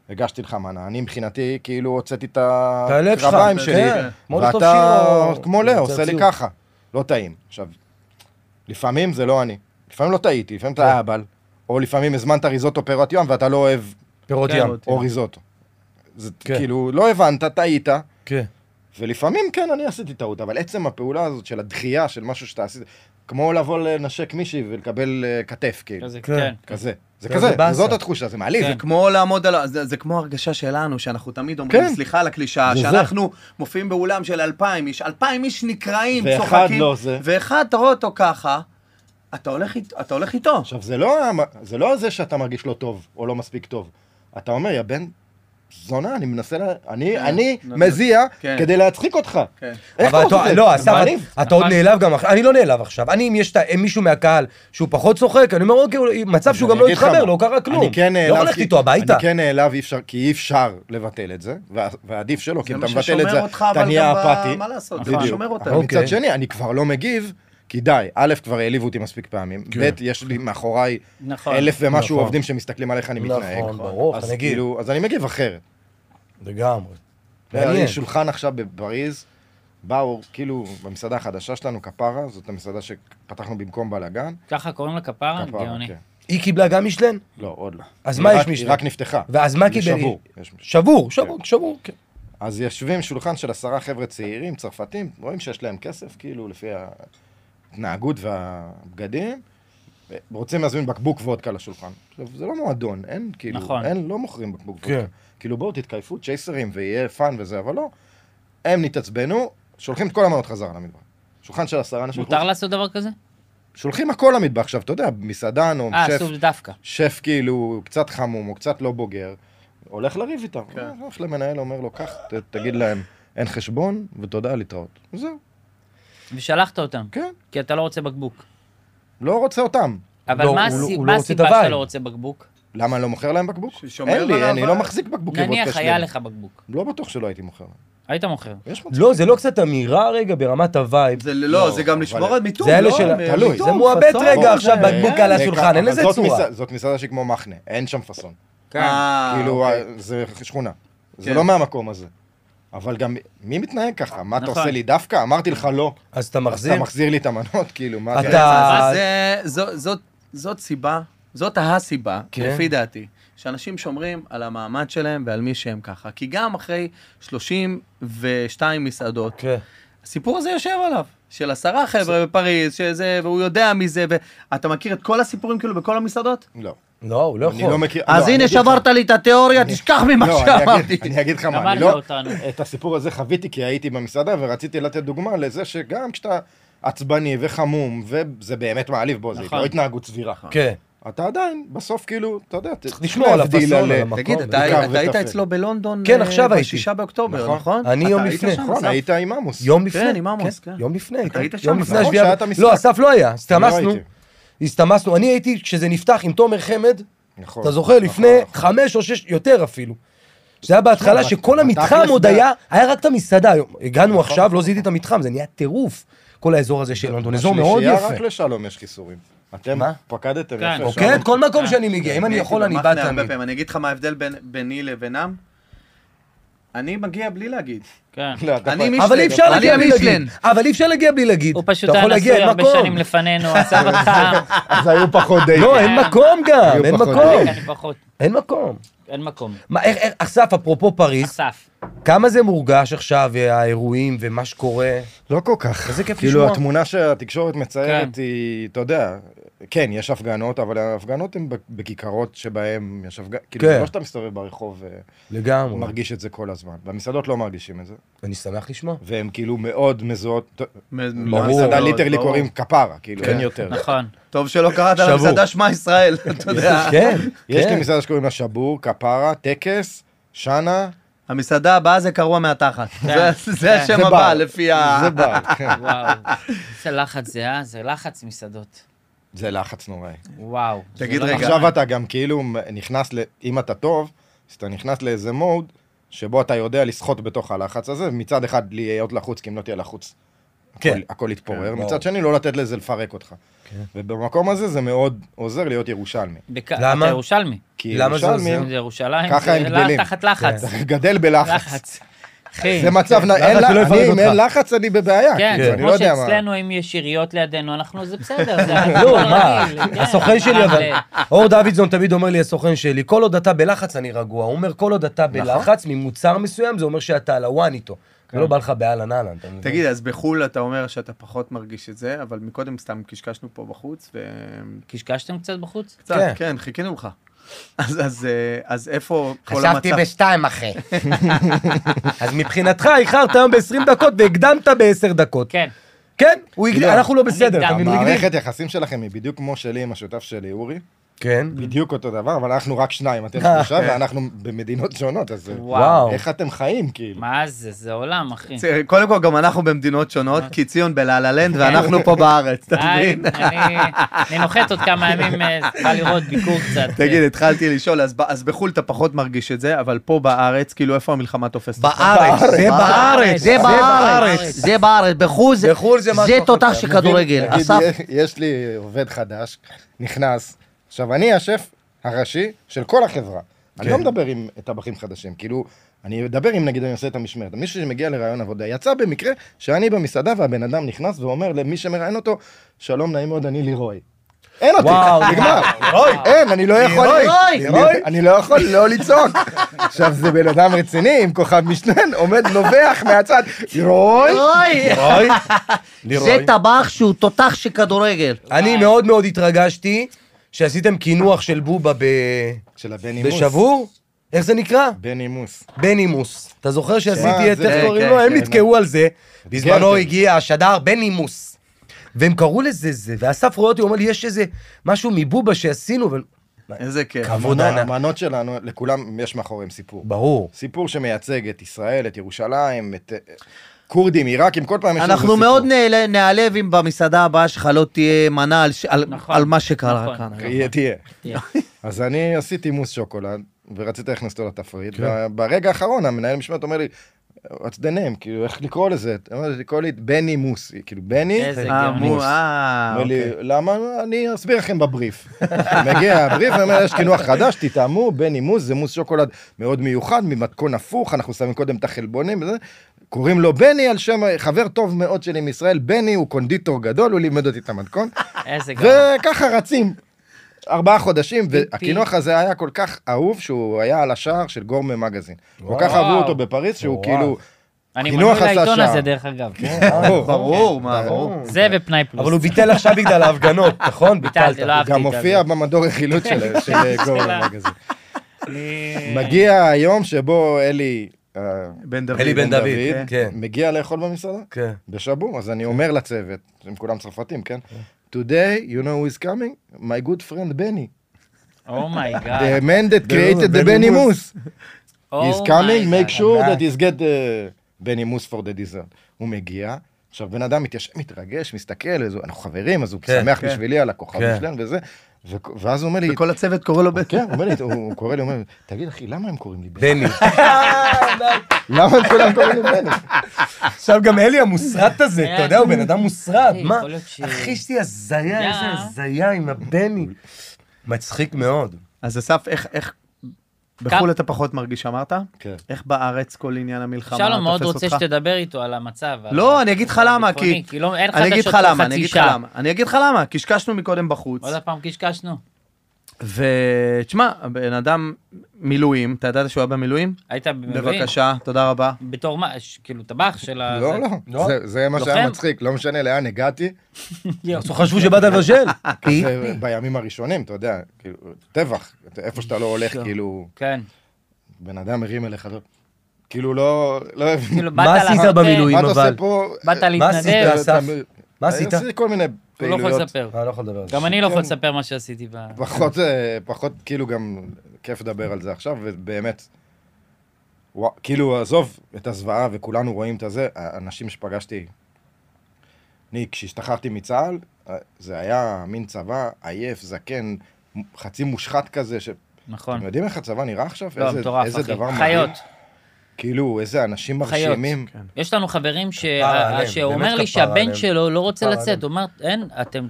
S4: הגשתי לך מנה, אני מבחינתי כאילו הוצאתי את
S3: את הלב שלך,
S4: הקרביים
S3: כן.
S4: שלי,
S3: כמו לכתוב
S4: ואתה
S3: שיר או-
S4: כמו לא,
S3: לייצר
S4: עושה לי
S3: ציור.
S4: ככה, לא טעים. עכשיו, לפעמים זה לא אני, לפעמים לא טעיתי, לפעמים
S3: כן.
S4: אתה אהבל, או לפעמים הזמנת ריזוטו פירות יום ואתה לא אוהב
S3: פירות
S1: כן,
S3: ים.
S1: עוד.
S4: או ריזוטו. זה
S3: כן.
S4: כאילו, לא הבנת, טעית,
S3: כן.
S4: ולפעמים כן, אני עשיתי טעות, אבל עצם הפעולה הזאת של הדחייה של משהו שאתה עשית, כמו לבוא לנשק מישהי ולקבל אה, כתף, כאילו,
S2: כזה,
S3: כן.
S2: כן.
S4: כזה. זה
S3: זה
S4: כזה,
S3: באסה.
S4: זאת התחושה, זה מעליב.
S1: זה כמו לעמוד על... ה- זה זה כמו הרגשה שלנו, שאנחנו תמיד
S4: כן.
S1: אומרים, סליחה על הקלישאה,
S4: זה זה.
S1: שאנחנו מופיעים באולם של 2,000 איש, 2,000 איש נקרעים,
S4: ואחד
S1: צוחקים,
S4: לא זה.
S1: ואחד, אתה רואה אותו ככה, אתה הולך אית- אתה הולך איתו.
S4: עכשיו, זה לא, ה- זה לא זה שאתה מרגיש לא טוב, או לא מספיק טוב. אתה אומר, יא בן זונה, אני מנסה, לה... אני,
S1: כן,
S4: אני
S1: נו,
S4: מזיע
S1: כן.
S4: כדי להצחיק אותך.
S1: כן.
S4: איך
S3: אבל
S4: אתה
S3: אתה,
S4: עושה?
S3: לא,
S4: זה
S3: אסף,
S4: מעליב.
S3: אתה- אתה עוד
S2: נכון.
S3: נעלב גם עכשיו, אני לא נעלב עכשיו, אני, אם יש את ה- מישהו מהקהל שהוא פחות צוחק, אני אומר, אוקיי, אולי- מצב שהוא
S4: אני
S3: גם לא
S4: אגיד לך
S3: התחבר,
S4: מה.
S3: לא קרה כלום.
S4: אני כן
S3: לא
S4: נעלב,
S3: הולכת
S4: כי-
S3: איתו הביתה.
S4: אני כן נעלב, אי אפשר- כי אי אפשר לבטל את זה, וה- ועדיף שלא, כי אם
S1: מה
S4: אוקיי, אתה מבטל את זה,
S1: ששומר אותך,
S4: אתה
S1: אבל
S4: נהיה
S1: גם ב-
S4: אפאתי.
S1: מה לעשות, זה
S4: בדיוק.
S1: מה ששומר אותנו.
S4: אבל
S3: אוקיי.
S4: מצד שני, אני כבר לא מגיב, כי די, א', כבר העליבו אותי מספיק פעמים,
S3: כן.
S4: ב', יש לי מאחוריי
S2: נכון.
S4: אלף ומשהו
S3: נכון.
S4: עובדים שמסתכלים עליך, אני
S3: נכון,
S4: מתנהג.
S3: ברור,
S4: אז
S3: אתה מגיב.
S4: כאילו, אז אני מגיב אחרת. כן-
S3: לגמרי.
S4: היה
S3: מעניין.
S4: לי שולחן עכשיו בפריז, באו, כאילו, במסעדה החדשה שלנו, כפרה, זאת המסעדה שפתחנו במקום בלאגן.
S2: ככה קוראים לה כפרה?
S4: כפרה,
S2: אה, גאוני.
S4: כן.
S3: היא קיבלה גם משלן?
S4: לא, עוד לא.
S3: אז
S4: היא
S3: מה
S4: רק-
S3: יש משלן?
S4: היא רק נפתחה.
S3: ואז מה
S4: היא
S3: קיבל?
S4: שבור, יש משלן.
S3: שבור, שבור, שבור, כן.
S4: אז יושבים שולחן של עשרה חבר'ה צעירים, צרפתים, רואים שיש להם כסף, כאילו, לפי ההתנהגות והבגדים, רוצים להזמין בקבוק וודקה לשולחן. עכשיו, זה לא מועדון, אין, כאילו,
S2: נכון.
S4: אין, לא מוכרים בקבוק וודקה.
S3: כן.
S4: כאילו, בואו תתקייפו, צ'ייסרים, ויהיה פאן וזה, אבל לא. הם נתעצבנו, שולחים את כל המנות חזרה למטבח. שולחן של עשרה אנשים,
S2: מותר לעשות דבר כזה?
S4: שולחים הכל למטבח. עכשיו, אתה יודע, מסעדן או
S2: אה,
S4: שף,
S2: עשו דווקא.
S4: שף כאילו קצת חמום או קצת לא בוגר, הולך לריב איתם. אה,
S1: כן.
S4: הולך למנהל, אומר לו, קח, ת- תגיד להם, אין חשבון ותודה להתראות. זהו,
S2: ושלחת אותם.
S4: כן.
S2: כי אתה לא רוצה בקבוק.
S4: לא רוצה אותם.
S2: אבל
S3: לא,
S2: מה
S3: הוא לא-
S2: הסי-
S3: הוא
S2: מה
S3: לא רוצה את
S2: הסיבה
S3: הוואי.
S2: שאתה לא רוצה בקבוק?
S4: למה אני לא מוכר להם בקבוק?
S1: ששומר
S4: אין
S1: על
S4: לי, אין, אני
S1: הוואי.
S4: לא מחזיק בקבוקי
S2: נניח
S4: וודקה
S2: היה
S4: שלהם.
S2: לך בקבוק.
S4: לא בטוח שלא הייתי מוכר.
S2: היית מוכר.
S4: יש מצב.
S3: לא, זה לא קצת אמירה רגע ברמת הווייב.
S1: זה לא,
S4: לא,
S1: זה גם
S4: אבל-
S1: לשמור על מיתוג,
S3: זה אלה
S1: לא?
S3: של-
S1: מ-
S4: תלוי.
S1: מיתוג, אה,
S3: זה מועבד
S1: פאסון,
S3: רגע עכשיו,
S1: זה-
S3: בקבוק על
S4: זה
S3: השולחן,
S4: ככה,
S3: אין לזה
S4: אה, זאת
S3: צורה.
S4: מסע- זאת מסעדה שהיא כמו מחנה, אין שם פסון.
S1: אה,
S4: כאילו,
S1: אוקיי.
S4: זה שכונה. זה
S1: כן.
S4: לא מהמקום הזה. אבל גם מי מתנהג ככה? מה אתה
S2: נכון.
S4: עושה לי דווקא? אמרתי לך לא.
S3: אז אתה
S4: אז אתה
S3: מחזיר?
S4: מחזיר לי את המנות, כאילו, מה
S3: אתה-
S4: זה?
S1: אז זה- זו- זאת- זאת סיבה, זאת הסיבה,
S3: כן.
S1: לפי דעתי, שאנשים שומרים על המעמד שלהם ועל מי שהם ככה. כי גם אחרי 32 מסעדות,
S3: כן.
S1: הסיפור הזה יושב עליו, של עשרה חבר'ה בפריז, שזה, והוא יודע מזה, ואתה מכיר את כל הסיפורים כאילו בכל המסעדות?
S4: לא.
S3: לא, הוא לא
S4: אני לא
S3: יכול.
S4: מכיר...
S1: אז
S4: לא, אני
S1: הנה,
S4: אגיד לך-
S1: שברת לי את התיאוריה, תשכח ממה
S4: לא, אני אגיד-
S1: שאמרתי.
S4: אני אגיד לך מה, אני
S2: גמרת
S4: לא...
S2: אותנו.
S4: את הסיפור הזה חוויתי כי הייתי במסעדה ורציתי לתת דוגמה לזה שגם כשאתה עצבני וחמום, וזה באמת מעליב בו, זה
S2: נכון.
S4: לא התנהגות סבירה.
S3: כן.
S4: אתה עדיין, בסוף כאילו, אתה יודע,
S3: צריך לשמור על
S4: להבדיל
S3: הפאסון, על
S4: אה,
S3: המקום.
S1: תגיד,
S3: מקום,
S1: אתה
S4: בעיקר
S1: אתה היית
S4: וטפל.
S1: אצלו בלונדון,
S3: כן,
S1: אה,
S3: עכשיו הייתי.
S1: בשישה באוקטובר,
S4: נכון.
S1: נכון?
S3: אני
S1: אתה
S3: יום
S1: היית
S3: לפני.
S1: שם,
S4: נכון,
S1: אסף?
S4: היית עם עמוס.
S3: יום לפני.
S1: עם עמוס, כן.
S3: יום לפני.
S1: אתה
S3: כן.
S1: היית שם,
S3: יום
S1: נכון?
S3: לפני השביעה.
S4: שהיה את המשחק.
S3: לא, אסף לא היה, הסתמסנו.
S4: לא הייתי.
S3: הסתמסנו. אני הייתי, כשזה נפתח עם תומר חמד,
S4: נכון.
S3: אתה זוכר, לפני
S4: נכון, נכון.
S3: חמש או שש, יותר אפילו. זה היה בהתחלה
S4: אבל-
S3: שכל
S4: אבל
S3: המתחם
S4: תכלס
S3: עוד
S4: זה-
S3: היה, היה רק את המסעדה. הגענו
S4: נכון.
S3: עכשיו, לא זיהיתי את המתחם, זה נהיה טירוף. כל האזור הזה של לונדון, אזור מאוד
S4: השלישייה,
S3: יפה.
S4: רק לשלום יש חיסורים. אתם
S3: מה?
S4: פקדתם
S2: כן.
S4: יפה.
S3: אוקיי,
S4: שלום.
S3: את כל מקום שאני מגיע,
S4: כן,
S3: אם אני
S1: הייתי
S3: יכול, אני
S1: במחנה
S3: בא
S1: הרבה
S3: תמיד.
S1: פעמים. אני אגיד לך מה ההבדל בין- ביני לבינם. אני מגיע בלי להגיד.
S2: כן.
S4: לא, אתה
S1: אני
S4: פ-
S1: מישהו-
S3: אבל אי אפשר
S1: אני
S3: להגיע בלי
S1: המישלן.
S3: להגיד. אבל אי אפשר להגיע בלי להגיד.
S2: הוא פשוט
S3: אתה
S2: היה
S3: יכול להגיע,
S2: נשוי
S3: אין
S2: הרבה
S3: מקום.
S2: שנים לפנינו, עזב אותך.
S4: אז היו פחות דייטים.
S3: לא, אין
S2: אה.
S3: מקום גם,
S4: היו
S3: אין
S4: פחות
S3: מקום.
S2: כן, אני פחות,
S3: אין מקום.
S2: אין מקום.
S3: מה, איך, איך, אסף, אפרופו פריז,
S2: אסף.
S3: כמה זה מורגש עכשיו, אה, האירועים ומה שקורה?
S4: לא כל כך.
S3: איזה כיף
S4: כאילו
S3: לשמוע.
S4: התמונה שהתקשורת מציירת
S2: כן.
S4: היא, אתה יודע, כן, יש הפגנות, אבל ההפגנות הן בכיכרות שבהן יש הפגנות, כאילו
S3: כן.
S4: זה לא שאתה מסתובב ברחוב
S3: לגמרי.
S4: ומרגיש את זה כל הזמן. במסעדות לא מרגישים את זה,
S3: אני שמח לשמוע.
S4: והן כאילו מאוד מזוהות,
S1: מ-
S4: במסעדה
S1: מאוד,
S4: ליטרלי
S1: ברור.
S4: קוראים כפרה, כאילו
S3: כן.
S4: אין יותר.
S2: נכון.
S1: טוב שלא קראת
S3: שבור.
S1: למסעדה שמע ישראל, אתה יודע.
S3: כן,
S4: יש
S3: כן.
S4: לי מסעדה שקוראים לה שבור, כפרה, טקס, שנה,
S1: המסעדה הבאה זה קרוע מהתחת.
S2: כן.
S1: זה- זה השם
S4: זה
S1: הבא,
S4: בר.
S1: לפי ה...
S4: זה בר, כן.
S2: וואו. איזה לחץ זה, אה? זה לחץ מסעדות.
S4: זה לחץ נוראי.
S2: וואו. זה
S1: תגיד
S2: לא
S1: רגע.
S2: נכון.
S4: עכשיו אתה גם כאילו נכנס, ל... אם אתה טוב, אז אתה נכנס לאיזה מוד שבו אתה יודע לסחוט בתוך הלחץ הזה, ומצד אחד להיות לחוץ, כי אם לא תהיה לחוץ,
S3: כן.
S4: הכל, הכל יתפורר,
S3: ברור. כן.
S4: מצד שני לא לתת לזה לפרק אותך. ובמקום הזה זה מאוד עוזר להיות ירושלמי.
S2: בכ-
S3: למה?
S2: אתה ירושלמי.
S4: כי
S3: למה זה
S4: ירושלמי
S2: אם זה ירושלים,
S4: ככה
S2: זה
S4: הם גדלים.
S2: לה- תחת לחץ.
S4: אתה גדל בלחץ.
S2: כן. לחץ. אחי.
S4: זה מצב, נ-
S3: לחץ
S4: אין
S3: שלא
S4: לה-
S3: לא יפרק
S4: אני, אם
S3: אותך.
S4: אין לחץ אני בבעיה.
S2: כן,
S4: כאילו,
S2: זה
S4: אני לא
S2: כמו
S4: יודע מה.
S2: שאצלנו אם יש יריות לידינו, אנחנו, זה בסדר. זה
S3: לא,
S2: הכל
S3: מה,
S2: רגיל, כן,
S3: הסוכן שלי אבל,
S2: אה,
S3: אור דוידזון תמיד אומר לי, הסוכן שלי, כל עוד אתה בלחץ אני רגוע. הוא אומר, כל עוד אתה בלחץ ממוצר מסוים, זה אומר שאתה על הוואן איתו. זה לא בא לך באהלן אהלן. אתה מבין?
S1: תגיד, אז בחו"ל אתה אומר שאתה פחות מרגיש את זה, אבל מקודם סתם קשקשנו פה בחוץ,
S2: קשקשתם קצת בחוץ?
S1: וקצת,
S3: כן.
S1: כן, חיכינו לך. אז- אז אה, אז איפה כל
S3: חשבתי
S1: המצב...
S3: בשתיים אחי. אז מבחינתך איחרת היום ב-20 דקות והקדמת ב-10 דקות.
S2: כן.
S3: כן, הוא הגדיל,
S4: לא.
S3: אנחנו לא בסדר,
S2: אני
S3: אתה מבין? הוא הגדיל.
S4: המערכת יחסים שלכם היא בדיוק כמו שלי עם השותף שלי, אורי.
S2: Mm.
S3: כן.
S4: בדיוק אותו דבר, אבל אנחנו רק שניים, אתם
S3: אה,
S4: שלושה, ואנחנו במדינות שונות, אז
S3: וואו.
S4: איך אתם חיים, כאילו?
S2: מה זה, זה עולם, אחי.
S1: צ- קודם כל, גם אנחנו במדינות שונות,
S2: אה.
S1: כי ציון בלה לה
S2: כן.
S1: לנד ואנחנו פה בארץ, אתה
S2: די,
S1: מבין?
S2: אני אני נוחת עוד כמה ימים, אה, בא לראות ביקור קצת.
S1: תגיד, התחלתי לשאול, אז ב- אז בחו"ל אתה פחות מרגיש את זה, אבל פה בארץ, כאילו, איפה המלחמה תופסת? אותך?
S3: בארץ, זה בארץ,
S2: אה. זה בארץ.
S5: זה בארץ, בחו"ל זה,
S3: בחו"ל זה משהו
S5: זה
S3: אחר,
S5: תותח
S3: אתה
S5: של
S3: מבין?
S5: כדורגל.
S4: תגיד,
S5: אסף,
S4: יש- יש לי עובד חדש, נכנס, עכשיו אני השף הראשי של כל החברה. אני לא מדבר עם טבחים חדשים, כאילו, אני אדבר אם נגיד אני עושה את המשמרת. מישהו שמגיע לרעיון עבודה, יצא במקרה שאני במסעדה והבן אדם נכנס ואומר למי שמראיין אותו, שלום נעים מאוד, אני לירוי. אין אותי,
S3: וואו,
S4: נגמר.
S3: לירוי.
S4: אין, אני לא יכול,
S5: לירוי.
S4: אני- אני לא יכול לא לצעוק. עכשיו זה בן אדם רציני עם כוכב משנן, עומד נובח מהצד, לירוי.
S5: אוי,
S3: אוי,
S5: זה טבח שהוא תותח של כדורגל.
S3: אני מאוד מאוד התרגשתי שעשיתם קינוח של בובה ב...
S4: של הבן אימוס.
S3: בשבור? איך זה נקרא?
S4: בן אימוס.
S3: בנימוס. אתה זוכר שעשיתי
S4: מה,
S3: את
S4: זה-
S3: איך
S1: כן,
S3: קוראים
S1: כן,
S3: לו? הם
S1: כן.
S3: נתקעו על זה. בזמנו
S4: גרטל.
S3: הגיע השדר בנימוס. והם קראו לזה זה, ואסף רואה אותי, הוא אומר לי, יש איזה משהו מבובה שעשינו, אבל...
S1: איזה כיף.
S3: כבוד
S4: המנות-
S3: ענק.
S4: המנות שלנו, לכולם יש מאחוריהם סיפור.
S3: ברור.
S4: סיפור שמייצג את ישראל, את ירושלים, את אה, כורדים, עיראקים, כל פעם יש איזה סיפור.
S5: אנחנו מאוד נעל- נעלב אם במסעדה הבאה שלך לא תהיה מנה על ש- על-
S2: נכון,
S5: על מה שקרה
S2: נכון.
S5: כאן.
S4: יהיה, תהיה.
S2: תהיה.
S4: אז
S5: כן.
S4: אני עשיתי מוס שוקולד, ורציתי להכניס אותו לתפריט, וברגע האחרון המנהל משמעת אומר לי, what's the name, כאילו, איך לקרוא לזה? אמרתי, לקרוא לי בני מוסי, כאילו, בני,
S2: איזה
S1: אה,
S2: גאוני.
S1: מו- אה,
S4: אומר לי,
S1: אוקיי.
S4: למה? אני אסביר לכם בבריף. מגיע הבריף, אני אומר, יש קינוח חדש, תטעמו, בני מוס, זה מוס שוקולד מאוד מיוחד, ממתכון הפוך, אנחנו שמים קודם את החלבונים וזה. קוראים לו בני על שם חבר טוב מאוד שלי מישראל, בני הוא קונדיטור גדול, הוא לימד אותי את המתכון,
S2: איזה גאון.
S4: וככה רצים. ארבעה חודשים,
S2: טיפ-טיפ.
S4: והקינוח הזה היה כל כך אהוב, שהוא היה על השער של גורמה מגזין. כל כך
S2: וואו.
S4: אהבו אותו בפריז, שהוא
S3: וואו.
S4: כאילו...
S2: אני
S4: קינוח
S2: מנוי
S4: עשה
S2: לעיתון
S4: שער.
S2: הזה, דרך אגב.
S1: ברור, מה, ברור.
S2: זה ופנאי פלוס.
S3: אבל הוא ביטל עכשיו בגלל ההפגנות, נכון?
S2: ביטלתי,
S3: ביטלת.
S2: לא אהבתי
S4: גם
S2: את
S4: מופיע
S2: זה.
S4: במדור רכילות של של גורמה
S2: שלה.
S4: מגזין. מגיע היום שבו אלי... אה,
S1: בן דוד.
S3: אלי בן דוד, כן.
S4: מגיע לאכול במסעדה?
S3: כן.
S4: בשבום, אז אני אומר לצוות, הם כולם צרפתים, כן? Today, you know who is coming? My good friend Benny.
S1: אה,
S2: אומייגאד.
S4: The man that created the Benny Moose.
S2: Oh
S4: He's coming, make sure
S3: ענק.
S4: that he's get the Benny Moose for the dessert. הוא מגיע, עכשיו בן אדם מתיישב, מתרגש, מסתכל, וזה- אנחנו חברים, אז הוא
S3: כן,
S4: שמח
S1: כן.
S4: בשבילי על הכוכבים
S3: כן.
S4: שלנו וזה, ו- ואז הוא אומר לי,
S1: וכל הצוות קורא לו בן...
S4: כן, הוא אומר לי, הוא הוא קורא לי, הוא אומר, תגיד אחי, למה הם קוראים לי בני?
S3: בני.
S2: אה,
S4: למה הם כולם קוראים לי בני?
S3: עכשיו גם אלי המוסרט הזה, אתה יודע, הוא בן אדם מוסרט,
S2: אחי,
S3: מה?
S2: כן, יכול להיות ש-
S3: אחי, יש לי הזיה,
S2: יא.
S3: איזה הזיה עם הבני. מצחיק מאוד.
S1: אז אסף, איך- איך... בחו"ל אתה פחות מרגיש, אמרת?
S4: כן.
S1: איך בארץ כל עניין המלחמה תופס אותך?
S2: שלום מאוד רוצה שתדבר איתו על המצב. על
S1: לא,
S2: ה-
S1: אני אגיד לך למה, כי...
S2: הביטחוני, כי לא- אין
S1: אני אגיד
S2: חדשות
S1: לך
S2: כל
S1: למה, אני
S2: חצי
S1: אגיד לך
S2: שעה.
S1: למה. אני אגיד לך למה, קשקשנו מקודם בחוץ.
S2: עוד פעם קשקשנו.
S1: ותשמע, הבן אדם מילואים, אתה ידעת שהוא היה במילואים?
S2: היית במילואים?
S1: בבקשה, תודה רבה.
S2: בתור מה? ש- כאילו טבח של ה...
S4: לא,
S2: זה-
S4: לא, זה- זה מה שהיה
S2: לוחם?
S4: מצחיק, לא משנה לאן הגעתי,
S3: אז חשבו שבאת לבשל.
S4: זה בימים הראשונים, אתה יודע, כאילו, טבח, איפה שאתה לא הולך, כאילו,
S2: כן.
S4: בן אדם מרים אליך, לא- כאילו, לא, לא הבין,
S2: כאילו באת
S3: מה עשית
S2: לעשות-
S3: במילואים
S4: מה אתה עושה
S3: אבל?
S4: פה?
S2: באת
S3: מה עשית?
S2: להתנדב,
S3: אסף? מה
S4: אני
S1: אה,
S3: עשית?
S4: עשיתי כל מיני
S2: הוא לא יכול
S4: פעילויות,
S2: לספר.
S3: אני לא יכול לדבר על זה.
S2: גם אני לא יכול לספר מה שעשיתי ב...
S4: פחות, אה, פחות, כאילו, גם כיף לדבר על זה עכשיו, ובאמת, ווא- כאילו, עזוב את הזוועה, וכולנו רואים את הזה, האנשים שפגשתי, אני, כשהשתחררתי מצה"ל, אה, זה היה מין צבא עייף, זקן, מ- חצי מושחת כזה, ש...
S2: נכון.
S4: אתם יודעים איך הצבא נראה עכשיו?
S2: לא,
S4: איזה-
S2: מטורף,
S4: איזה
S2: אחי.
S4: דבר
S2: חיות.
S4: מדהים. כאילו, איזה אנשים
S2: חיות.
S4: מרשימים.
S2: יש לנו חברים ש-
S3: כפרה עליהם,
S2: שהוא
S3: באמת
S2: אומר לי
S3: כפרה
S2: שהבן
S3: עליהם.
S2: שלו לא רוצה
S3: כפרה
S2: לצאת,
S3: עליהם.
S2: הוא אומר, אין, אתם,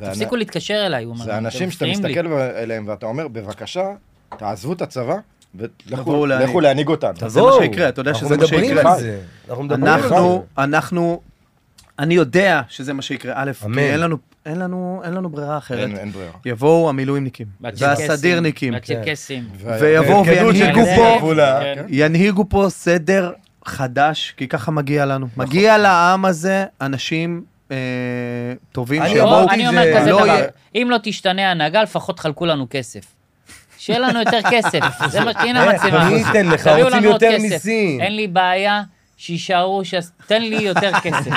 S2: תפסיקו
S4: אנ-
S2: להתקשר אליי, הוא אומר,
S4: זה
S2: כן, "אתם
S4: אנשים שאתה
S2: מפריעים לי."
S4: מסתכל עליהם ואתה אומר, בבקשה, תעזבו את הצבא
S1: תבואו
S4: ולכו
S1: להנהיג."
S4: לכו להנהיג אותנו.
S1: זה מה שיקרה, אתה יודע
S3: אנחנו
S1: שזה מה
S3: מדברים
S1: שיקרה.
S3: על זה, אנחנו מדברים על זה.
S1: אנחנו, אנחנו, אני יודע שזה מה שיקרה, א',
S3: אמן.
S1: כי אין לנו, אין לנו, אין לנו ברירה אחרת.
S4: אין אין ברירה.
S1: יבואו המילואימניקים,
S2: והצ'רקסים,
S1: והסדירניקים, כן.
S2: והצ'רקסים.
S1: ויבואו
S3: וההתגדלות של
S1: וינהיגו
S3: זה,
S1: פה,
S3: גבול ה-
S2: כן.
S1: ינהיגו פה סדר חדש, כי ככה מגיע לנו. מגיע לעם הזה אנשים אה, טובים
S3: אני
S1: שיבואו.
S2: או,
S3: אמרתי
S2: אני
S3: זה-
S2: אומר כזה
S1: לא
S2: דבר,
S1: יהיה-
S2: אם לא תשתנה ההנהגה, לפחות חלקו לנו כסף. שיהיה לנו יותר כסף, זה מה, הנה
S3: אה,
S2: המצלמה.
S3: אני אתן לך,
S2: תביאו
S3: רוצים
S2: לנו עוד
S3: יותר
S2: כסף.
S3: מיסים.
S2: אין לי בעיה, שיישארו, ש- תן לי יותר כסף.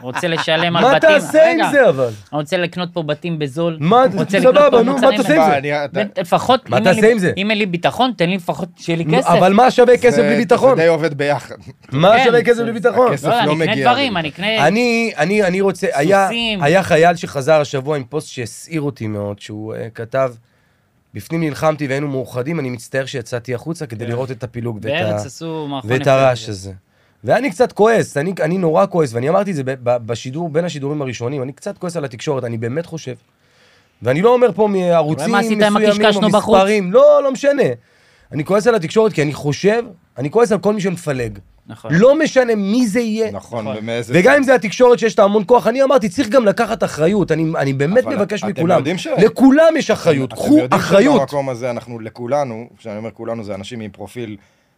S2: רוצה לשלם על בתים.
S3: מה תעשה
S2: רגע,
S3: עם זה אבל?
S2: אני רוצה לקנות פה בתים בזול.
S3: מה,
S2: רוצה
S3: סבבה,
S2: לקנות פה
S3: נו, לא, מה
S2: מוצרים
S3: תעשה עם
S2: בזול.
S3: זה?
S4: מה, אני- אתה-
S2: בין- לפחות,
S3: מה
S2: אם אין
S3: תעשה
S2: לי-
S3: עם זה?
S2: אם אין לי ביטחון, תן לי לפחות שיהיה לי
S3: נו,
S2: כסף. לא,
S3: אבל מה שווה כסף
S4: זה-
S3: בלי ביטחון?
S4: זה די עובד ביחד.
S3: מה
S2: כן,
S3: שווה כסף
S2: זה-
S3: בלי ביטחון?
S4: הכסף
S2: לא,
S4: לא
S2: אני אקנה
S4: מגיע
S2: דברים,
S4: לי.
S2: אני אקנה...
S3: אני, אני, אני רוצה, היה,
S2: סוסים.
S3: היה חייל שחזר השבוע עם פוסט שהסעיר אותי מאוד, שהוא uh, כתב, בפנים נלחמתי והיינו מאוחדים, אני מצטער שיצאתי החוצה כדי לראות את הפילוג ואת,
S2: כן. בארץ
S3: ה-
S2: עשו מערכון
S3: ואת
S2: יפה
S3: הרעש
S2: כזה.
S3: הזה. ואני קצת כועס, אני, אני נורא כועס, ואני אמרתי את זה ב- ב- בשידור, בין השידורים הראשונים, אני קצת כועס על התקשורת, אני באמת חושב. ואני לא אומר פה מערוצים
S2: מה עשית עם
S3: מסוימים או
S2: הקשקשנו בחוץ?
S3: מספרים, לא, לא משנה. אני כועס על התקשורת כי אני חושב, אני כועס על כל מי שמפלג.
S2: נכון.
S3: לא משנה מי זה יהיה,
S4: נכון, ומאיזה...
S3: כן. וגם אם זה התקשורת שיש לה המון כוח, אני אמרתי, צריך גם לקחת אחריות. אני, אני באמת
S4: אבל
S3: מבקש
S4: אתם
S3: מכולם.
S4: יודעים ש-
S3: לכולם יש אחריות,
S4: אתם
S3: קחו
S4: יודעים לא
S3: אחריות.
S4: שבמקום הזה אנחנו לכולנו, כשאני אומר כולנו זה אנשים עם פרופיל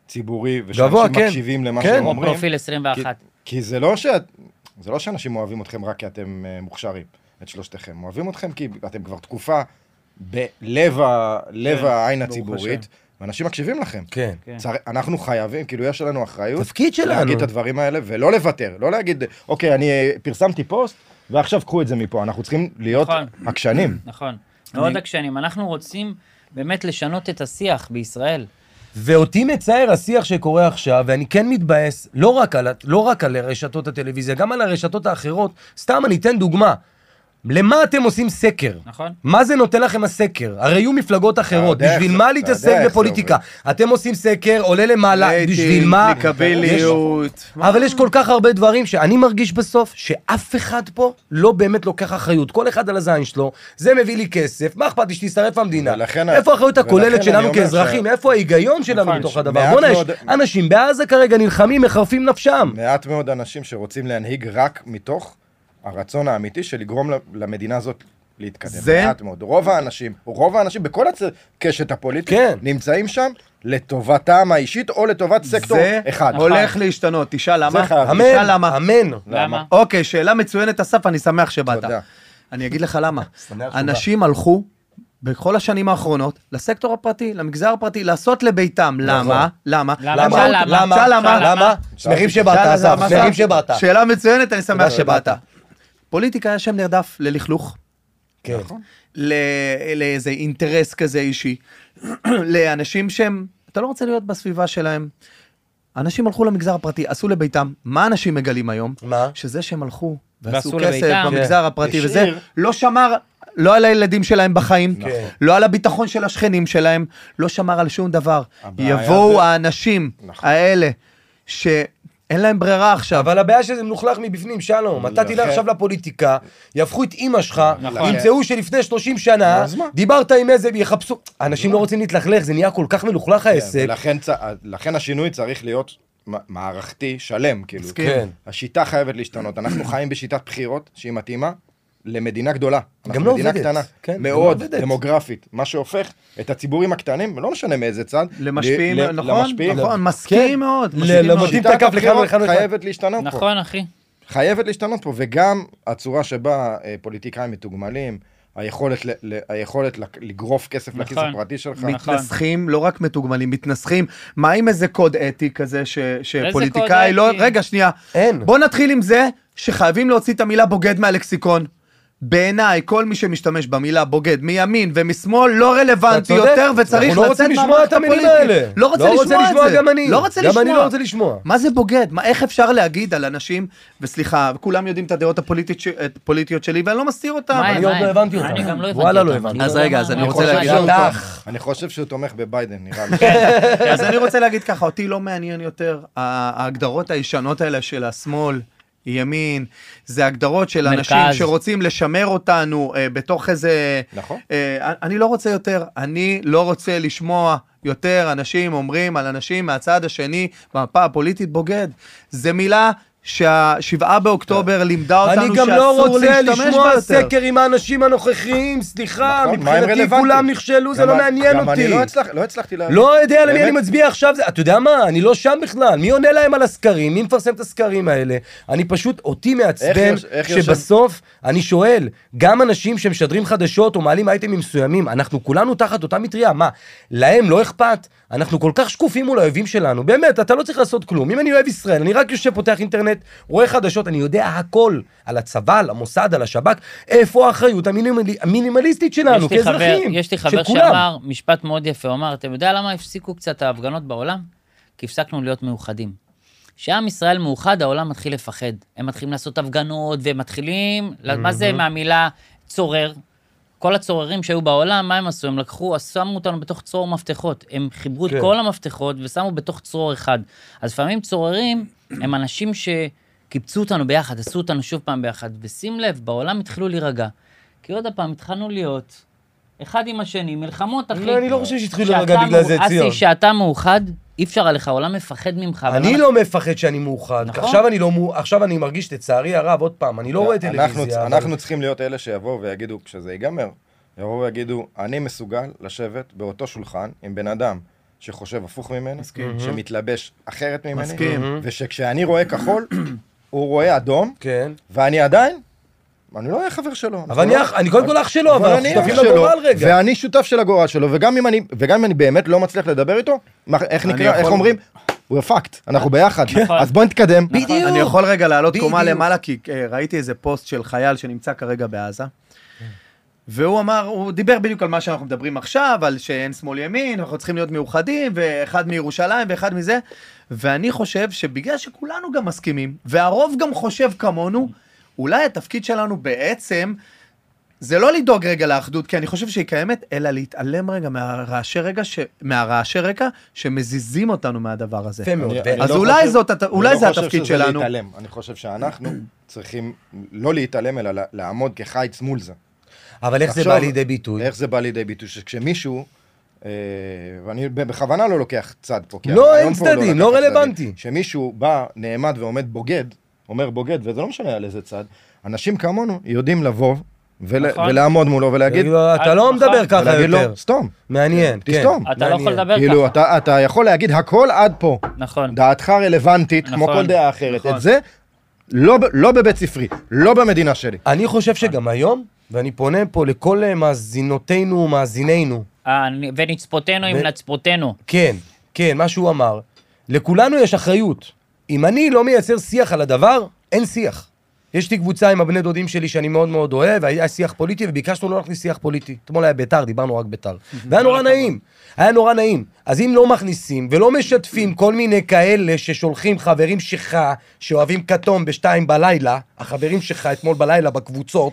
S4: ציבורי,
S3: גבוה,
S4: ושאנשים
S3: כן.
S4: מקשיבים למה
S3: כן.
S4: שהם
S3: כמו
S2: כמו
S4: אומרים.
S2: פרופיל 21.
S4: כי- כי זה לא שאת... זה לא שאנשים אוהבים אתכם רק כי אתם אה, מוכשרים, את שלושתכם. אוהבים אתכם כי אתם כבר תקופה בלב ה- לב העין הציבורית, ואנשים מקשיבים לכם.
S3: כן.
S2: כן.
S4: צר... אנחנו חייבים, כאילו יש לנו אחריות.
S3: תפקיד שלנו.
S4: להגיד את הדברים האלה ולא לוותר, לא להגיד, אוקיי, אני אה, פרסמתי פוסט ועכשיו קחו את זה מפה. אנחנו צריכים להיות
S2: נכון.
S4: עקשנים.
S2: נכון. מאוד עקשנים. אנחנו רוצים באמת לשנות את השיח בישראל.
S3: ואותי מצער השיח שקורה עכשיו, ואני כן מתבאס, לא רק על, ה- לא רק על רשתות הטלוויזיה, גם על הרשתות האחרות. סתם, אני אתן דוגמה. למה אתם עושים סקר?
S2: נכון.
S3: מה זה נותן לכם הסקר? הרי יהיו מפלגות אחרות,
S4: אתה יודע
S3: בשביל
S4: איך
S3: מה
S4: זה- אתה
S3: להתעסק
S4: יודע איך זה
S3: בפוליטיקה? אתם עושים סקר, עולה למעלה, בשביל מה?
S1: קביליות.
S3: אבל יש כל כך הרבה דברים שאני מרגיש בסוף שאף אחד פה לא באמת לוקח אחריות. כל אחד על הזין שלו, זה מביא לי כסף, מה אכפת לי שתישרף המדינה?
S4: ולכן-
S3: איפה האחריות
S4: ולכן
S3: הכוללת
S4: אני
S3: שלנו
S4: אומר
S3: כאזרחים?
S4: ש-
S3: איפה ההיגיון שלנו
S2: נכון,
S3: בתוך
S2: יש
S3: הדבר?
S4: מעט
S3: בוא'נה, יש
S4: מאוד-
S3: אנשים בעזה כרגע נלחמים, מחרפים נפשם.
S4: מעט מאוד אנשים שרוצים להנהיג רק מתוך הרצון האמיתי של לגרום ל- למדינה הזאת להתקדם.
S1: זה-
S4: מעט מאוד. רוב האנשים, רוב האנשים בכל הקשת הפוליטית,
S3: כן.
S4: נמצאים שם לטובתם האישית או לטובת סקטור
S1: זה
S4: אחד.
S1: הולך להשתנות, תשאל למה.
S4: זה חייב.
S3: אמן,
S1: תשאל למה.
S3: אמן.
S2: למה?
S1: אוקיי, שאלה מצוינת, אסף, אני שמח שבאת.
S4: תודה.
S1: אני אגיד לך למה.
S3: שבאת.
S1: אנשים הלכו בכל השנים האחרונות לסקטור הפרטי, למגזר הפרטי, לעשות לביתם.
S3: נכון.
S1: למה? למה?
S2: למה?
S1: שאל
S2: למה?
S1: שאל
S2: למה?
S1: למה?
S3: למה? שמחים שבאת,
S1: שאלה,
S3: אסף,
S1: למה?
S3: שמחים שבאת.
S1: שאלה מצוינת, אני שמח
S3: תודה
S1: שבאת.
S3: שבאת.
S1: פוליטיקה היה שם נרדף ללכלוך,
S3: כן.
S1: נכון. ל- לאיזה אינטרס כזה אישי, לאנשים שהם, אתה לא רוצה להיות בסביבה שלהם. אנשים הלכו למגזר הפרטי, עשו לביתם. מה אנשים מגלים היום?
S3: מה?
S1: שזה שהם הלכו ועשו
S2: ועשו
S1: כסף
S2: לביתם.
S4: כן.
S1: במגזר הפרטי וזה,
S4: השאיר.
S1: לא שמר לא על הילדים שלהם בחיים,
S4: נכון.
S3: כן.
S1: לא על הביטחון של השכנים שלהם, לא שמר על שום דבר.
S4: הבעיה
S1: יבואו
S4: זה-
S1: האנשים
S4: נכון.
S1: האלה, שאין להם ברירה עכשיו,
S3: אבל הבעיה שזה מלוכלך מבפנים,
S1: לא,
S3: שלום. אתה תלך
S4: לכן-
S3: עכשיו לפוליטיקה, יהפכו את אימא שלך,
S1: כן.
S2: נכון.
S3: ימצאו שלפני 30 שנה,
S4: אז מה?
S3: דיברת עם איזה, יחפשו... אנשים לא רוצים להתלכלך, זה נהיה כל כך
S1: כן,
S3: מלוכלך העסק.
S4: כן, ולכן צ- לכן השינוי צריך להיות מ- מערכתי שלם, כאילו.
S1: מסכים.
S3: כן.
S4: השיטה חייבת להשתנות. אנחנו חיים בשיטת בחירות שהיא מתאימה למדינה גדולה. אנחנו
S3: גם לא
S4: מדינה
S3: עובדת.
S4: קטנה,
S3: כן, גם לא
S4: מאוד
S3: עובדת.
S4: דמוגרפית. מה שהופך את הציבורים הקטנים, לא משנה מאיזה צד,
S1: למשפיעים,
S4: ל- ל-
S1: נכון?
S4: למשפיעים. כן.
S1: נכון, מסכים מאוד.
S3: ל-
S1: מסכים מאוד.
S3: למודיעין.
S4: שיטת
S3: תקף לכאן
S4: הבחירות
S3: ולכאן ולכאן.
S4: חייבת להשתנות פה.
S2: נכון, אחי.
S4: חייבת להשתנות פה, וגם הצורה שבה אה, פוליטיקאים מתוגמלים, היכולת ל- ל- היכולת לק- לגרוף כסף לכיס
S2: נכון.
S4: הפרטי שלך.
S2: נכון.
S1: מתנסחים, לא רק מתוגמלים, מתנסחים. מה עם איזה קוד אתי כזה ש- שפוליטיקאי
S2: קוד
S1: לא...
S2: אתי?
S1: רגע, שנייה.
S3: אין.
S1: בוא נתחיל עם זה שחייבים להוציא את המילה בוגד מהלקסיקון. בעיניי, כל מי שמשתמש במילה בוגד מימין ומשמאל לא רלוונטי
S3: צודק.
S1: יותר וצריך
S3: אנחנו לא
S1: לצאת
S3: רוצים לשמוע
S1: מהמערכת
S3: את המילים
S1: הפוליטית.
S3: האלה.
S1: לא רוצה לשמוע את זה.
S3: גם אני.
S1: לא רוצה
S3: גם
S1: לשמוע.
S3: אני לא רוצה לשמוע.
S1: מה זה בוגד? מה, איך אפשר להגיד על אנשים, וסליחה, כולם יודעים את הדעות הפוליטית ש- הפוליטיות שלי ואני לא מסתיר אותן.
S2: מה הם,
S3: עוד
S2: מה
S3: לא
S2: הם?
S3: הבנתי אותם.
S2: אני גם לא הבנתי
S3: וואלה, לא
S2: אותם.
S3: הבנתי.
S2: לא
S1: אז
S2: יודע
S1: רגע,
S2: מה-
S1: אז אני
S2: מה
S1: רוצה
S2: קורה
S1: להגיד-
S2: שם.
S4: שהוא
S3: שטח.
S4: תומך- אני חושב שהוא תומך בביידן, נראה לי.
S2: כן.
S1: אז אני רוצה להגיד ככה, אותי לא מעניין יותר ה- ההגדרות הישנות האלה של השמאל. ימין, זה הגדרות של אנשים
S2: מרכז.
S1: שרוצים לשמר אותנו אה, בתוך איזה...
S4: נכון.
S1: אה, אני לא רוצה יותר, אני לא רוצה לשמוע יותר אנשים אומרים על אנשים מהצד השני במפה הפוליטית בוגד. זו מילה שהשבעה באוקטובר לימדה
S3: אני
S1: אותנו
S3: גם לא
S1: שאסור
S3: רוצה
S1: להשתמש בה
S3: לשמוע
S1: יותר. נכון.
S3: סקר עם האנשים הנוכחיים, סליחה,
S4: נכון, מה הם
S3: מבחינתי
S4: רלוונטיים?
S3: כולם נכשלו, זה
S4: גם
S3: לא
S4: ה-
S3: מעניין
S4: גם אני
S3: אותי.
S4: לא הצלח- לא הצלחתי להבין.
S3: לא יודע למי
S4: באמת?
S3: אני מצביע עכשיו, זה- אתה יודע מה, אני לא שם בכלל, מי עונה להם על הסקרים, מי מפרסם את הסקרים האלה? אני פשוט, אותי מעצבן,
S4: יוש- איך יושב-
S3: שבסוף, אני שואל, גם אנשים שמשדרים חדשות או מעלים אייטמים מסוימים, אנחנו כולנו תחת אותה מטריה, מה, להם לא אכפת? אנחנו כל כך שקופים מול האויבים שלנו, באמת, אתה לא צריך לעשות כלום. אם אני אוהב ישראל, אני רק יושב, פותח אינטרנט, רואה חדשות, אני יודע הכל על הצבא, על המוסד, על השב"כ, איפה האחריות המינימלי- המינימליסטית שלנו,
S2: יש לי חבר-
S3: כאזרחים,
S2: יש לי
S3: של
S2: חבר
S3: כולם.
S2: שאמר משפט מאוד יפה, הוא אמר, אתם יודע למה הפסיקו קצת ההפגנות בעולם? כי הפסקנו להיות מאוחדים. כשעם ישראל מאוחד, העולם מתחיל לפחד. הם מתחילים לעשות הפגנות, והם מתחילים, מה זה מהמילה צורר? כל הצוררים שהיו בעולם, מה הם עשו? הם לקחו, שמו אותנו בתוך צרור מפתחות. הם חיברו
S3: כן.
S2: את כל המפתחות ושמו בתוך צרור אחד. אז לפעמים צוררים הם אנשים שקיבצו אותנו ביחד, עשו אותנו שוב פעם ביחד. ושים לב, בעולם התחילו להירגע. כי עוד פעם, התחלנו להיות אחד עם השני, מלחמות, אחי.
S3: לא, אני לא חושב שהתחילו
S2: כשאתה
S3: להירגע בגלל זה,
S2: מאו-
S3: ציון.
S2: אסי, שאתה מאוחד, אי אפשר עליך, העולם מפחד ממך.
S3: אני
S2: אבל-
S3: לא מפחד שאני מאוחד.
S2: נכון.
S3: עכשיו אני לא מאוחד, עכשיו אני מרגיש, לצערי הרב, עוד פעם, אני לא רואה
S4: אנחנו-
S3: טלוויזיה. אבל-
S4: אנחנו צריכים להיות אלה שיבואו ויגידו, כשזה ייגמר, יבואו ויגידו, אני מסוגל לשבת באותו שולחן עם בן אדם שחושב הפוך ממני, שמתלבש אחרת ממני,
S1: מסכים.
S4: ושכשאני רואה כחול, הוא רואה אדום,
S3: כן.
S4: ואני עדיין, אני לא אהיה חבר שלו.
S3: אבל אני אח- אני קודם כל אח שלו, אבל אנחנו
S4: אני אח
S3: שותפים
S4: שלו,
S3: לגורל רגע.
S4: ואני שותף של הגורל שלו, וגם אם אני- וגם אם אני באמת לא מצליח לדבר איתו, מה- איך
S1: אני
S4: נקרא, איך
S1: יכול-
S4: אומרים? We're fucked, אנחנו ביחד,
S2: נכון.
S4: אז בוא נתקדם.
S3: בדיוק.
S1: אני יכול רגע לעלות קומה
S3: בדיוק.
S1: למעלה, כי אה, ראיתי איזה פוסט של חייל שנמצא כרגע בעזה. והוא אמר, הוא דיבר בדיוק על מה שאנחנו מדברים עכשיו, על שאין שמאל ימין, אנחנו צריכים להיות מאוחדים, ואחד מירושלים ואחד מזה. ואני חושב שבגלל שכולנו גם מסכימים, והרוב גם חושב כמונו, אולי התפקיד שלנו בעצם זה לא לדאוג רגע לאחדות, כי אני חושב שהיא קיימת, אלא להתעלם רגע מהרעשי רגע ש... מהרעשי רקע שמזיזים אותנו מהדבר הזה.
S3: יפה מאוד.
S4: אני-
S3: ו-
S4: אני
S1: אז
S4: לא
S1: אולי
S4: חושב-
S1: זאת הת- אולי זה התפקיד
S4: אני לא חושב שזה
S1: שלנו.
S4: להתעלם, אני חושב שאנחנו צריכים לא להתעלם, אלא לה- לעמוד כחיץ מול זה.
S3: אבל איך זה
S4: תחשוב-
S3: בא לידי ביטוי?
S4: איך זה בא לידי ביטוי? שכשמישהו, אה, ואני בכוונה לא לוקח צד פה, כי
S3: לא,
S4: הרעיון
S3: אין
S4: פה הוא
S3: צדדים,
S4: לקחת
S3: לא
S4: צדדים.
S3: רלוונטי.
S4: שמישהו בא, נעמד ועומד בוגד, אומר בוגד, וזה לא משנה על איזה צד, אנשים כמונו יודעים לבוא ול-
S6: נכון.
S4: ולעמוד מולו ולהגיד,
S3: כאילו, אתה לא
S6: אל-
S3: מדבר ככה
S4: ולהגיד לו,
S3: יותר.
S4: סתום,
S3: מעניין, כן.
S4: תסתום.
S2: נכון. אתה לא יכול
S3: מעניין.
S2: לדבר
S4: כאילו,
S2: ככה.
S4: אתה, אתה יכול להגיד הכל עד פה.
S2: נכון.
S4: דעתך רלוונטית, כמו
S2: נכון,
S4: כל דעה אחרת.
S2: נכון.
S4: את זה, לא, ב- לא בבית ספרי, לא במדינה שלי.
S3: אני חושב שגם היום, ואני פונה פה לכל אה, מאזינותינו ומאזינינו,
S2: אה, נ- ונצפותינו עם
S3: ו-
S2: נצפותינו.
S3: כן, כן, מה שהוא אמר, לכולנו יש אחריות. אם אני לא מייצר שיח על הדבר, אין שיח. יש לי קבוצה עם הבני דודים שלי שאני מאוד מאוד אוהב, היה שיח פוליטי, וביקשנו לא להכניס שיח פוליטי. אתמול היה ביתר, דיברנו רק ביתר. והיה נורא נעים, היה נורא נעים. אז אם לא מכניסים ולא משתפים כל מיני כאלה ששולחים חברים שלך, שאוהבים כתום בשתיים בלילה, החברים שלך אתמול בלילה בקבוצות,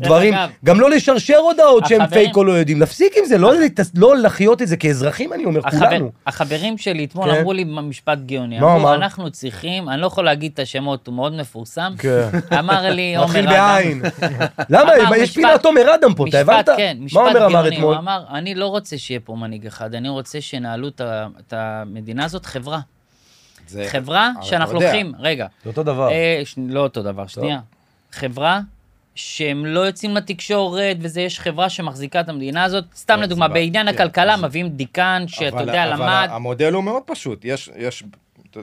S2: דרך
S3: דברים,
S2: אגב.
S3: גם לא לשרשר הודעות שהם
S2: החברים-
S3: פייק או לא יודעים, להפסיק עם זה, לא לתס- לא לחיות את זה כאזרחים, אני אומר,
S2: החבר-
S3: כולנו.
S2: החברים שלי אתמול
S3: כן.
S2: אמרו לי משפט גאוני.
S3: מה הוא
S2: אמרו,
S3: אמר?
S2: אנחנו צריכים, אני לא יכול להגיד את השמות, הוא מאוד מפורסם.
S3: כן.
S2: אמר לי עומר אדם.
S3: מתחיל בעין. למה?
S2: אמר
S3: יש
S2: משפט-
S3: פינת עומר אדם פה, אתה
S2: משפט,
S3: הבנת?
S2: כן, משפט
S3: מה עומר אמר
S2: גאוני,
S3: אתמול?
S2: הוא אמר, אני לא רוצה שיהיה פה מנהיג אחד, אני רוצה שינהלו את ה- את המדינה הזאת חברה.
S4: זה-
S2: חברה
S4: אבל
S2: שאנחנו
S4: אתה יודע.
S2: לוקחים, רגע,
S3: זה אותו דבר.
S2: אה, ש- לא אותו דבר, שנייה. חברה שהם לא יוצאים לתקשורת, וזה, יש חברה שמחזיקה את המדינה הזאת. סתם
S4: אבל
S2: לדוגמה,
S4: זה
S2: בעניין
S3: כן,
S4: בעייתי,
S2: הכלכלה
S4: אז-
S2: מביאים דיקן, שאתה
S4: אבל-
S2: יודע,
S4: אבל
S2: למד,
S4: המודל הוא מאוד פשוט. יש, יש,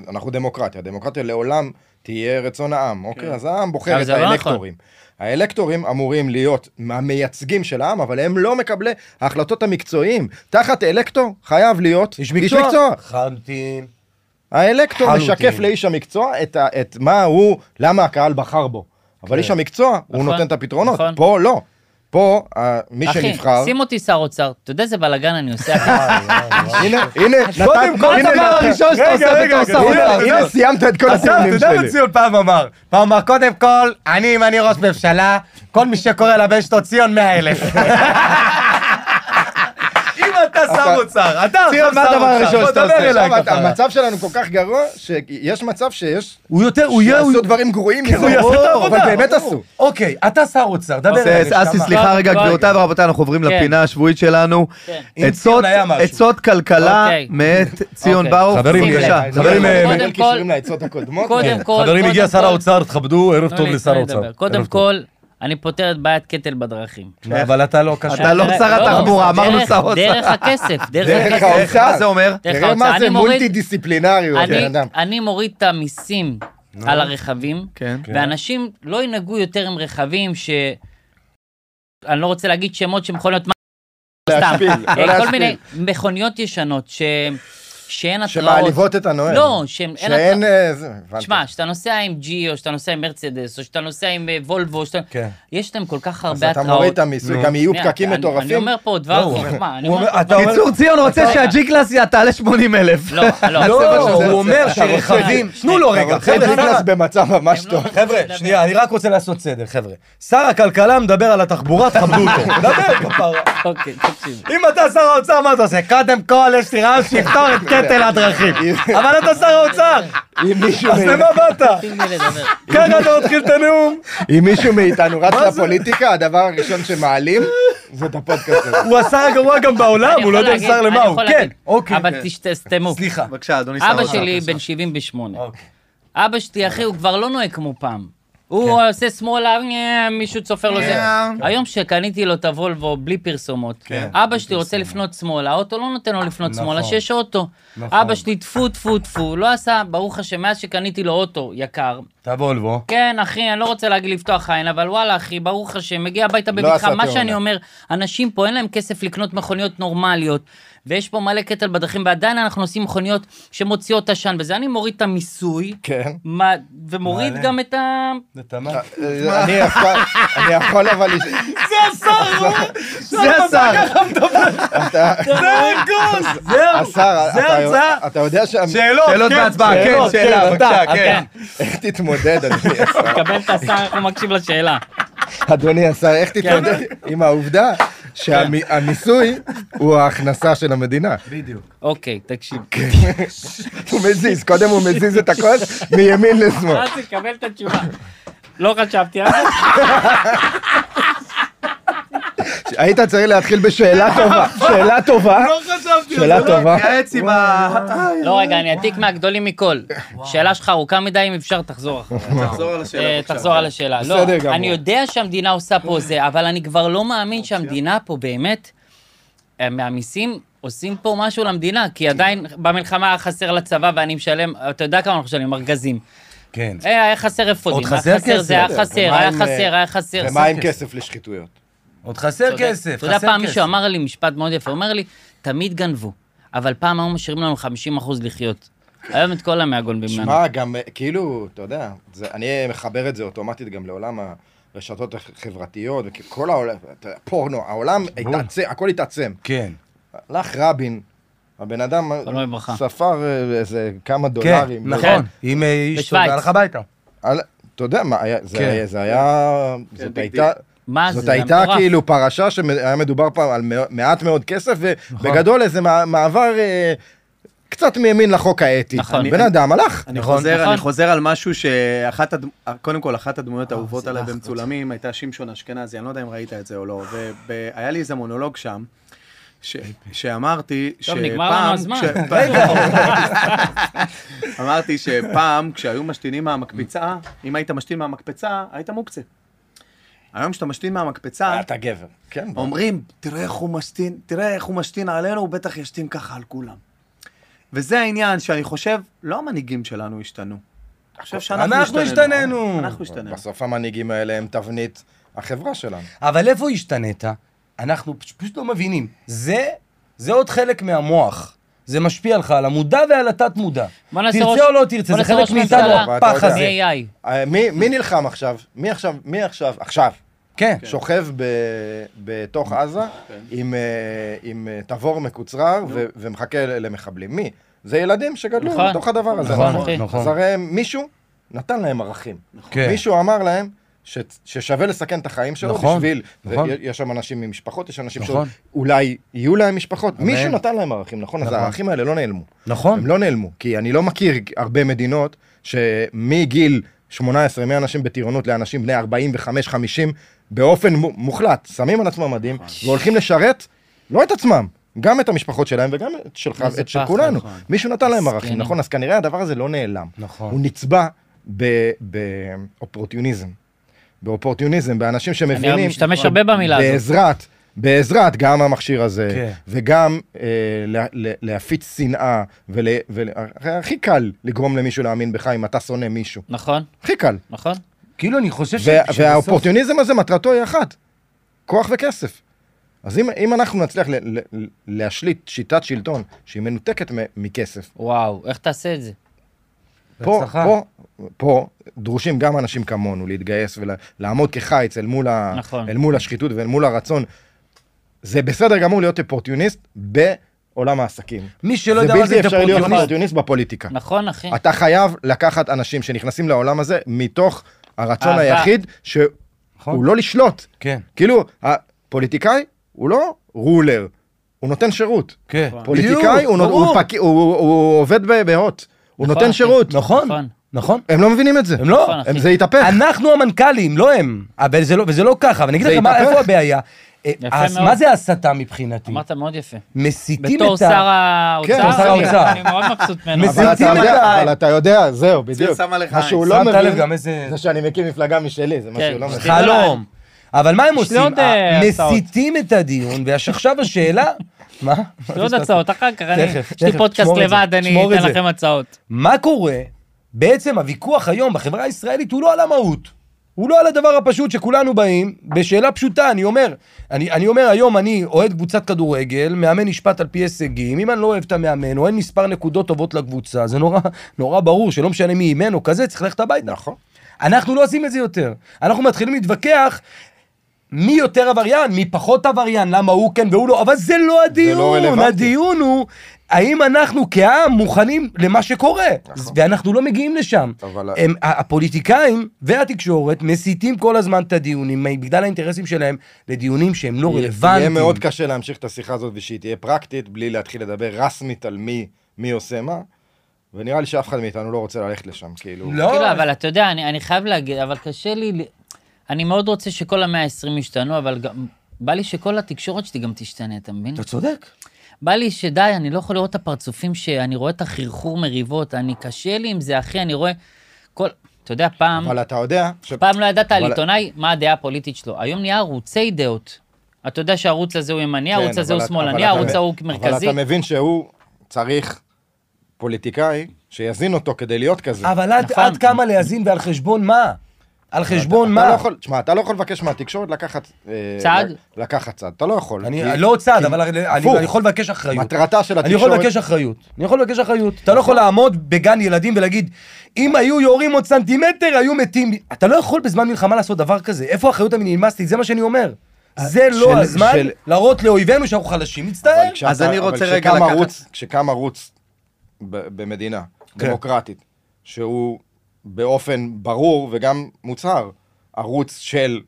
S4: אנחנו דמוקרטיה. דמוקרטיה לעולם תהיה רצון העם, אוקיי? אז העם בוחר
S2: כן. אבל
S4: את
S2: זה לא נכון.
S4: האלקטורים. האלקטורים אמורים להיות המייצגים של העם, אבל הם לא מקבלי ההחלטות המקצועיים. תחת אלקטור חייב להיות
S3: איש מקצוע. חמטין.
S4: האלקטור
S3: חלוטין.
S4: משקף לאיש המקצוע את, ה, את מה הוא, למה הקהל בחר בו. אבל איש המקצוע, הוא
S2: כן. נכון,
S4: נותן את הפתרונות.
S2: נכון.
S4: פה לא. פה, אה, מי
S2: אחי,
S4: שנבחר...
S2: שים אותי שר אוצר, אתה יודע איזה בלאגן אני עושה? אחי?
S4: הנה, הנה, נתת...
S3: קודם כל,
S4: הנה,
S3: הדבר
S4: נתת-
S3: הראשון שאתה עושה בתור שר
S4: הנה,
S3: אוצר.
S4: הנה, סיימת את כל הטיעונים
S3: אתה יודע מה
S4: שלי.
S3: ציון פעם אמר? פעם אמר, קודם כל, אני, אם אני ראש ממשלה, כל מי שקורא לבן שלו ציון 100 אלף. אם אתה שר אוצר, אתה
S4: ציון, מה הדבר הראשון שאתה עושה?
S3: אליי
S4: עכשיו,
S3: ככה.
S4: המצב שלנו כל כך גרוע, שיש מצב שיש...
S3: הוא יותר, הוא יהיה...
S4: שיעשו דברים גרועים מזה.
S3: הוא יעשה את
S4: ברור,
S3: העבודה.
S4: אבל באמת עשו.
S3: אוקיי, אתה שר אוצר, דבר
S1: זה-
S3: אליי.
S1: אסי,
S3: נשמה.
S1: סליחה רגע,
S2: לא,
S1: גבירותיי ורבותיי, אנחנו עוברים
S2: כן.
S1: לפינה השבועית שלנו.
S2: כן.
S3: עם
S1: עצות-
S3: ציון היה משהו.
S1: עצות כלכלה
S2: אוקיי.
S1: מאת ציון
S2: אוקיי.
S1: ברוך.
S3: חברים,
S1: בבקשה.
S3: אה, כן.
S1: חברים,
S2: אה,
S4: אנחנו
S2: קודם
S4: נקבל
S2: כל-
S4: קישורים לעצות הקודמות.
S2: קודם כל,
S3: חברים,
S2: קודם
S3: הגיע שר
S2: כל-
S3: האוצר, תכבדו, ערב
S2: תנו
S3: טוב
S2: לי-
S3: לשר
S2: תנו לי לדבר.
S3: האוצר.
S2: קודם
S3: ערב טוב.
S2: כל, אני פותר את בעיית קטל בדרכים.
S3: אבל אתה לא קשור.
S1: אתה לא
S2: דרך-
S1: שר התחבורה, אמרנו
S2: דרך-
S1: שר האוצר.
S2: דרך הכסף, דרך
S4: דרך
S2: הכסף.
S1: איך- מה זה אומר?
S2: דרך
S4: תראה
S2: האוצר,
S4: מה
S2: אני
S4: זה
S2: מוריד-
S4: מולטי דיסציפלינריות,
S2: אני-
S4: בן אדם.
S2: אני מוריד את המיסים על הרכבים,
S1: כן.
S2: ואנשים לא ינהגו יותר עם רכבים ש... אני לא רוצה להגיד שמות שהם מכוניות... סתם.
S4: להשפיל, לא
S2: אה, כל
S4: להשפיל.
S2: מיני מכוניות ישנות ש... שאין התראות.
S4: שמעליבות את הנואם.
S2: לא, שהם- אין
S4: שאין... אה, זה, הבנתי.
S2: תשמע, כשאתה נוסע עם ג'י, או שאתה נוסע עם מרצדס, או שאתה נוסע עם אה, וולבו, שאתה...
S3: כן.
S2: יש להם כל כך
S4: אז
S2: הרבה
S4: אתה
S2: התראות.
S4: מוריד את המיסוי, גם יהיו
S2: שנייה,
S4: פקקים
S2: אני- אני
S4: מטורפים.
S2: אומר פה דבר חוכמה. אני
S3: הוא
S2: אומר
S3: אומר-
S2: פה
S3: אתה
S2: דבר-
S3: אומר-
S1: בקיצור, ציון רוצה שהג'י קלאס תעלה 80 אלף.
S2: לא, לא.
S3: לא,
S4: שזה-
S3: הוא אומר
S4: אתה רוצה-
S3: שרכבים... תנו לו רגע,
S4: זה
S3: חבר'ה, אה,
S4: דיקלס
S3: שרה-
S4: במצב ממש
S2: הם לא-
S4: טוב.
S3: חבר'ה, שנייה, אני רק רוצה לעשות סדר, חבר'ה. שר הכלכלה מדבר על התחבורה, תכבדו אותו. דבר, כפרה.
S2: אוקיי, תקשיב.
S3: אם אתה שר האוצר, מה אתה עושה? קודם כל, יש לי רעיון שיפתור את קטל הדרכים. אבל אתה שר האוצר,
S4: אם מישהו
S3: אז
S4: מ-
S3: למה באת?
S2: תן לי לדבר.
S3: ככה אתה מתחיל את הנאום.
S4: אם מישהו מאיתנו רץ לפוליטיקה, הדבר הראשון שמעלים זה את הפודקאסט הזה.
S3: הוא השר הגרוע גם בעולם,
S2: אני
S3: הוא לא
S2: יכול
S3: יודע
S2: להגיד-
S3: שר
S2: אני
S3: למה הוא.
S2: יכול
S3: כן,
S2: להגיד,
S3: אוקיי.
S2: אבל
S3: כן.
S2: תשת- תסתמו.
S3: סליחה.
S1: בבקשה, אדוני שר האוצר.
S2: אבא שלי בן 78.
S3: אוקיי. כן.
S2: אבא שלי, אחי, הוא כבר לא נוהג כמו פעם. הוא עושה שמאלה, אה, מישהו צופר לו זה.
S3: כן.
S2: היום שקניתי לו את הוולבו בלי פרסומות, אבא שלי רוצה לפנות שמאלה, האוטו לא נותן לו לפנות
S3: נכון.
S2: שמאלה, שיש אוטו.
S3: נכון.
S2: אבא שלי, טפו, טפו, טפו, לא עשה, ברוך השם, מאז שקניתי לו אוטו יקר,
S3: אתה וולבו.
S2: כן, אחי, אני לא רוצה להגיד לפתוח עין, אבל וואלה, אחי, ברוך השם, מגיע הביתה
S4: לא
S2: בבטחה.
S4: עשה
S2: מה
S4: תאונה.
S2: שאני אומר, אנשים פה, אין להם כסף לקנות מכוניות נורמליות, ויש פה מלא קטל בדרכים, ועדיין אנחנו עושים מכוניות שמוציאות עשן וזה. אני מוריד את המיסוי,
S4: כן.
S2: מה- ומוריד
S3: מעלה.
S2: גם את ה...
S4: אה, אני יכול, אני יכול אבל... לש-
S1: זה השר.
S4: אתה- השר,
S3: זה
S4: אתה-
S3: הרצאה.
S4: אתה יודע ש...
S3: שאלות,
S1: שאלות
S3: כן,
S1: והצבעה, כן,
S3: שאלות,
S1: שאלה,
S3: כן,
S1: בבקשה,
S3: אתה,
S1: כן.
S2: כן,
S4: איך תתמודד, אדוני השר?
S2: מקבל את השר, איך הוא מקשיב לשאלה.
S4: אדוני השר, איך
S3: כן.
S4: תתמודד עם העובדה שהמיסוי הוא ההכנסה של המדינה?
S2: אוקיי, תקשיב.
S4: כן. הוא מזיז, קודם הוא מזיז את הכוס מימין לשמאל.
S2: אז תקבל את התשובה. לא חשבתי על זה.
S4: היית צריך להתחיל בשאלה טובה, שאלה טובה,
S3: לא
S4: שאלה
S3: כן.
S4: טובה.
S1: תתייעץ עם ה...
S2: לא, רגע, אני אעתיק מהגדולים מכל. שאלה שלך ארוכה מדי, אם אפשר, תחזור אחרי.
S1: תחזור על השאלה
S2: אה,
S1: בבקשה.
S2: תחזור על השאלה. לא,
S4: בסדר גמור.
S2: אני יודע שהמדינה עושה פה זה, אבל אני כבר לא מאמין שהמדינה פה באמת, אה, מהמיסים עושים פה משהו למדינה, כי עדיין במלחמה היה חסר לצבא ואני משלם, אתה יודע כמה אנחנו משלמים, ארגזים.
S3: כן.
S2: אה, היה חסר אפודים,
S3: עוד
S2: היה
S3: חסר
S2: חסר
S3: כסף.
S2: זה, היה חסר,
S4: ומה
S2: היה
S4: עם,
S2: חסר, היה חסר.
S4: ומה עם כסף לשחיתויות?
S3: עוד חסר
S2: אתה יודע-
S3: כסף, חסר כסף.
S2: אתה יודע, פעם מישהו אמר לי משפט מאוד יפה, הוא אומר לי, תמיד גנבו, אבל פעם היו משאירים לנו 50% לחיות. היום את כל המאה גונבים לנו.
S4: שמע, גם אה, כאילו, אתה יודע, זה, אני מחבר את זה אוטומטית גם לעולם הרשתות החברתיות, וכל העולם, אתה יודע, פורנו, העולם התעצם, הכל התעצם.
S3: כן.
S4: הלך רבין, הבן אדם
S2: שלום וברכה.
S4: ספר אה, איזה כמה
S3: כן,
S4: דולרים. לא,
S3: נכון. אם אה, איש
S2: בשוויץ.
S3: הלך הביתה.
S4: על- אתה יודע, מה, היה- זה
S3: כן.
S4: היה- זה היה,
S1: כן, ביג
S4: זאת
S1: דיל.
S4: הייתה,
S2: מה זה,
S4: זאת
S2: אה, זה
S4: הייתה
S2: מטורף.
S4: כאילו פרשה שהיה מדובר פעם על מא- מעט מאוד כסף, ובגדול איזה מע- מעבר אה, קצת מימין לחוק האתי.
S2: נכון.
S4: בן אדם הלך.
S1: אני
S3: נכון,
S1: חוזר,
S2: נכון.
S1: אני חוזר על משהו שאחת, הדמ- קודם כל, אחת הדמויות האהובות עליי במצולמים הייתה שמשון אשכנזי, אני לא יודע אם ראית את זה או לא, והיה לי איזה מונולוג שם, ש- שאמרתי
S2: טוב,
S1: שפעם...
S2: נגמר לנו הזמן.
S1: כש- אמרתי שפעם, כשהיו משתינים מהמקפצה, אם היית משתין מהמקפצה, היית מוקצה. היום כשאתה משתין מהמקפצה,
S4: אה, אתה גבר. כן, ברור.
S1: אומרים, תראה איך הוא משתין, תראה איך הוא משתין עלינו, הוא בטח ישתין ככה על כולם. וזה העניין שאני חושב, לא המנהיגים שלנו השתנו. אני חושב שאנחנו
S3: אנחנו השתננו.
S1: אנחנו השתננו.
S4: כן, בסוף המנהיגים האלה הם תבנית החברה שלנו.
S3: אבל איפה השתנית? אנחנו פש- פשוט לא מבינים. זה, זה עוד חלק מהמוח. זה משפיע לך על המודע ועל התת-מודע.
S2: בוא נעשה ראש-
S3: תרצה או לא תרצה,
S2: בוא
S3: זה
S2: נעשה
S3: חלק
S2: ראש
S3: מאיתנו,
S2: ממשלה.
S3: הפח
S4: אתה יודע.
S3: הזה.
S2: מ-AI.
S4: אה, מי מי נלחם עכשיו? מי עכשיו? מי עכשיו? עכשיו.
S3: כן.
S4: שוכב ב, בתוך עזה עם, אה, עם אה, תבור מקוצרר ו, ומחכה ל- למחבלים. מי? זה ילדים שגדלו
S2: נכון.
S4: בתוך הדבר הזה.
S3: נכון,
S5: אוקיי.
S2: אחי.
S3: נכון.
S4: אז הרי הם- מישהו נתן להם ערכים.
S3: כן.
S4: מישהו אמר להם ש, ששווה לסכן את החיים שלו
S3: נכון,
S4: בשביל...
S3: נכון.
S4: זה- יש שם אנשים עם משפחות, יש אנשים
S3: נכון.
S4: שאולי יהיו להם משפחות.
S3: אמן.
S4: מישהו נתן להם ערכים, נכון? אז
S3: נכון.
S4: הערכים האלה לא נעלמו.
S3: נכון.
S4: הם לא נעלמו, כי אני לא מכיר הרבה מדינות שמגיל 18, 100 אנשים בטירונות לאנשים בני 45, 50, באופן מו- מוחלט, שמים על עצמם מדים
S2: נכון.
S4: והולכים לשרת לא את עצמם, גם את המשפחות שלהם וגם את שלך,
S2: איזה
S4: את של
S2: פחד,
S4: כולנו.
S2: נכון.
S4: מישהו נתן להם
S2: מסכנים.
S4: ערכים, נכון? אז כנראה הדבר הזה לא נעלם.
S3: נכון.
S4: הוא נצבע ב- באופורטיוניזם. באופורטיוניזם, באנשים
S2: אני
S4: שמבינים...
S2: משתמש הרבה במילה הזאת.
S4: בעזרת, בעזרת גם המכשיר הזה,
S3: כן.
S4: כן. וגם אה, לה, לה, להפיץ שנאה, ול, ול, הרי הכי קל לגרום למישהו להאמין בך אם אתה שונא מישהו.
S2: נכון,
S4: הכי קל.
S2: נכון.
S3: כאילו, אני חושב ש...
S4: וה,
S3: שבסוף-
S4: והאופורטיוניזם הזה מטרתו היא אחת, כוח וכסף. אז אם, אם אנחנו נצליח ל, ל, ל- להשליט שיטת שלטון שהיא מנותקת מ, מכסף,
S2: וואו, איך תעשה את זה?
S4: פה,
S3: בהצלחה.
S4: פה, פה דרושים גם אנשים כמונו להתגייס ולעמוד כחיץ אל מול, ה,
S2: נכון.
S4: אל מול השחיתות ואל מול הרצון. זה בסדר גמור להיות אופורטיוניסט בעולם העסקים.
S3: מי שלא
S4: זה
S3: לא יודע מה זה
S4: בלתי אפשרי להיות
S3: אופורטיוניסט,
S4: אופורטיוניסט בפוליטיקה.
S2: נכון, אחי.
S4: אתה חייב לקחת אנשים שנכנסים לעולם הזה מתוך הרצון
S2: אהבה.
S4: היחיד שהוא
S3: נכון.
S4: לא לשלוט.
S3: כן.
S4: כאילו, הפוליטיקאי הוא לא רולר, הוא נותן שירות.
S3: כן.
S4: פוליטיקאי הוא, נות- הוא,
S3: ברור.
S4: פק... הוא, הוא, הוא עובד ב- בהוט, הוא
S2: נכון,
S4: נותן
S2: אחי.
S4: שירות.
S3: נכון,
S2: נכון.
S3: נכון.
S4: הם לא מבינים את זה.
S3: הם לא.
S2: נכון, אחי.
S4: הם- זה התהפך.
S3: אנחנו המנכ"לים, לא הם. אבל זה לא, וזה לא ככה, אבל אני אגיד
S4: זה
S3: לך מה-
S4: התהפך.
S3: איפה הבעיה. אה,
S2: יפה
S3: אז
S2: מאוד.
S3: מה זה הסתה מבחינתי?
S2: אמרת מאוד יפה.
S3: מסיתים
S2: בתור
S3: את ה... כן,
S2: שר האוצר,
S4: בתור
S3: שר
S2: אני-
S3: האוצר.
S2: אני מאוד מבסוט ממנו.
S3: מזיז-
S4: אבל אתה
S3: מזיזים את
S4: יודע,
S3: ה-
S4: אבל אתה יודע, זהו, בדיוק.
S1: שמה לך
S4: מה
S1: עין.
S4: שהוא לא
S3: שמת לב
S4: מבין,
S3: גם איזה-
S4: זה שאני מקים מפלגה משלי, זה מה
S2: כן.
S4: שהוא לא מבין.
S3: חלום. אבל מה הם
S2: יש לי
S3: עושים?
S2: עוד, אה, הצעות.
S3: מסיתים את הדיון, ועכשיו השאלה... מה?
S2: זה עוד הצעות, אחר כך, אני-
S3: תכף,
S2: יש לי
S3: תכף,
S2: פודקאסט
S3: שמור את זה,
S2: לבד, אני
S3: שמור את
S2: אתן
S3: זה.
S2: לכם הצעות.
S3: מה קורה? בעצם הוויכוח היום בחברה הישראלית הוא לא על המהות. הוא לא על הדבר הפשוט שכולנו באים, בשאלה פשוטה, אני אומר, אני, אני אומר היום, אני אוהד קבוצת כדורגל, מאמן נשפט על פי הישגים, אם אני לא אוהב את המאמן, או אין מספר נקודות טובות לקבוצה, זה נורא, נורא ברור שלא משנה מי אימן או כזה, צריך ללכת הביתה.
S4: נכון.
S3: אנחנו לא עושים את זה יותר. אנחנו מתחילים להתווכח מי יותר עבריין, מי פחות עבריין, למה הוא כן והוא לא, אבל זה לא הדיון.
S4: רלוונטי.
S3: הדיון הוא האם אנחנו כעם מוכנים למה שקורה?
S4: נכון.
S3: ואנחנו לא מגיעים לשם.
S4: אבל-
S3: הם, ה- הפוליטיקאים והתקשורת מסיטים כל הזמן את הדיונים, בגלל האינטרסים שלהם, לדיונים שהם לא רלוונטיים.
S4: יהיה מאוד קשה להמשיך את השיחה הזאת ושהיא תהיה פרקטית, בלי להתחיל לדבר רסמית על מי, מי עושה מה, ונראה לי שאף אחד מאיתנו לא רוצה ללכת לשם, כאילו.
S3: לא,
S2: כאילו, אבל אתה יודע, אני, אני חייב להגיד, אבל קשה לי, ל- אני מאוד רוצה שכל המאה ה-20 ישתנו, אבל גם, בא לי שכל התקשורת שלי גם תשתנה, אתה מבין?
S3: אתה צודק.
S2: בא לי שדי, אני לא יכול לראות את הפרצופים שאני רואה את החרחור מריבות, אני קשה לי עם זה, אחי, אני רואה כל... אתה יודע, פעם,
S4: אבל אתה יודע, ש-
S2: פעם לא ידעת על
S4: אבל-
S2: עיתונאי מה הדעה הפוליטית שלו. היום נהיה ערוצי דעות. אתה יודע שהערוץ הזה הוא ימני,
S4: כן,
S2: הערוץ הזה
S4: אבל
S2: הוא
S4: אתה- אבל
S2: שמאלני,
S4: אתה
S2: הערוץ
S4: מ-
S2: ההוא
S4: אבל
S2: מרכזי.
S4: אתה מבין שהוא צריך פוליטיקאי שיזין אותו כדי להיות כזה.
S3: אבל עד,
S2: נכון.
S3: עד כמה להאזין ועל חשבון מה? על חשבון
S4: אתה לא
S3: מה?
S4: יכול- תשמע, אתה לא יכול לבקש מהתקשורת לקחת... אה,
S2: צעד?
S4: ל- לקחת צד, אתה לא יכול.
S3: אני
S4: כי-
S3: אני לא צד,
S4: כי-
S3: אבל אני- אני
S4: הפוך.
S3: אני יכול לבקש אחריות.
S4: מטרתה
S3: אני
S4: של
S3: יכול
S4: התקשורת- נכון.
S3: לבקש אחריות. אני יכול לבקש אחריות. אתה לא יכול לעמוד בגן ילדים ולהגיד, אם היו יורים עוד סנטימטר, היו מתים. אתה לא יכול בזמן מלחמה לעשות דבר כזה. איפה האחריות המינימליסטית? זה מה שאני אומר. זה
S4: אה, של-
S3: לא הזמן
S4: של-
S3: להראות לאויבינו שאנחנו חלשים. מצטער.
S4: אבל כשאתה-
S1: אז אני רוצה
S4: אבל
S1: רגע
S4: כשקם
S1: לקחת-
S4: ערוץ, כשקם ערוץ ב- במדינה
S1: כן.
S4: דמוקרטית, שהוא באופן ברור וגם מוצהר, ערוץ של...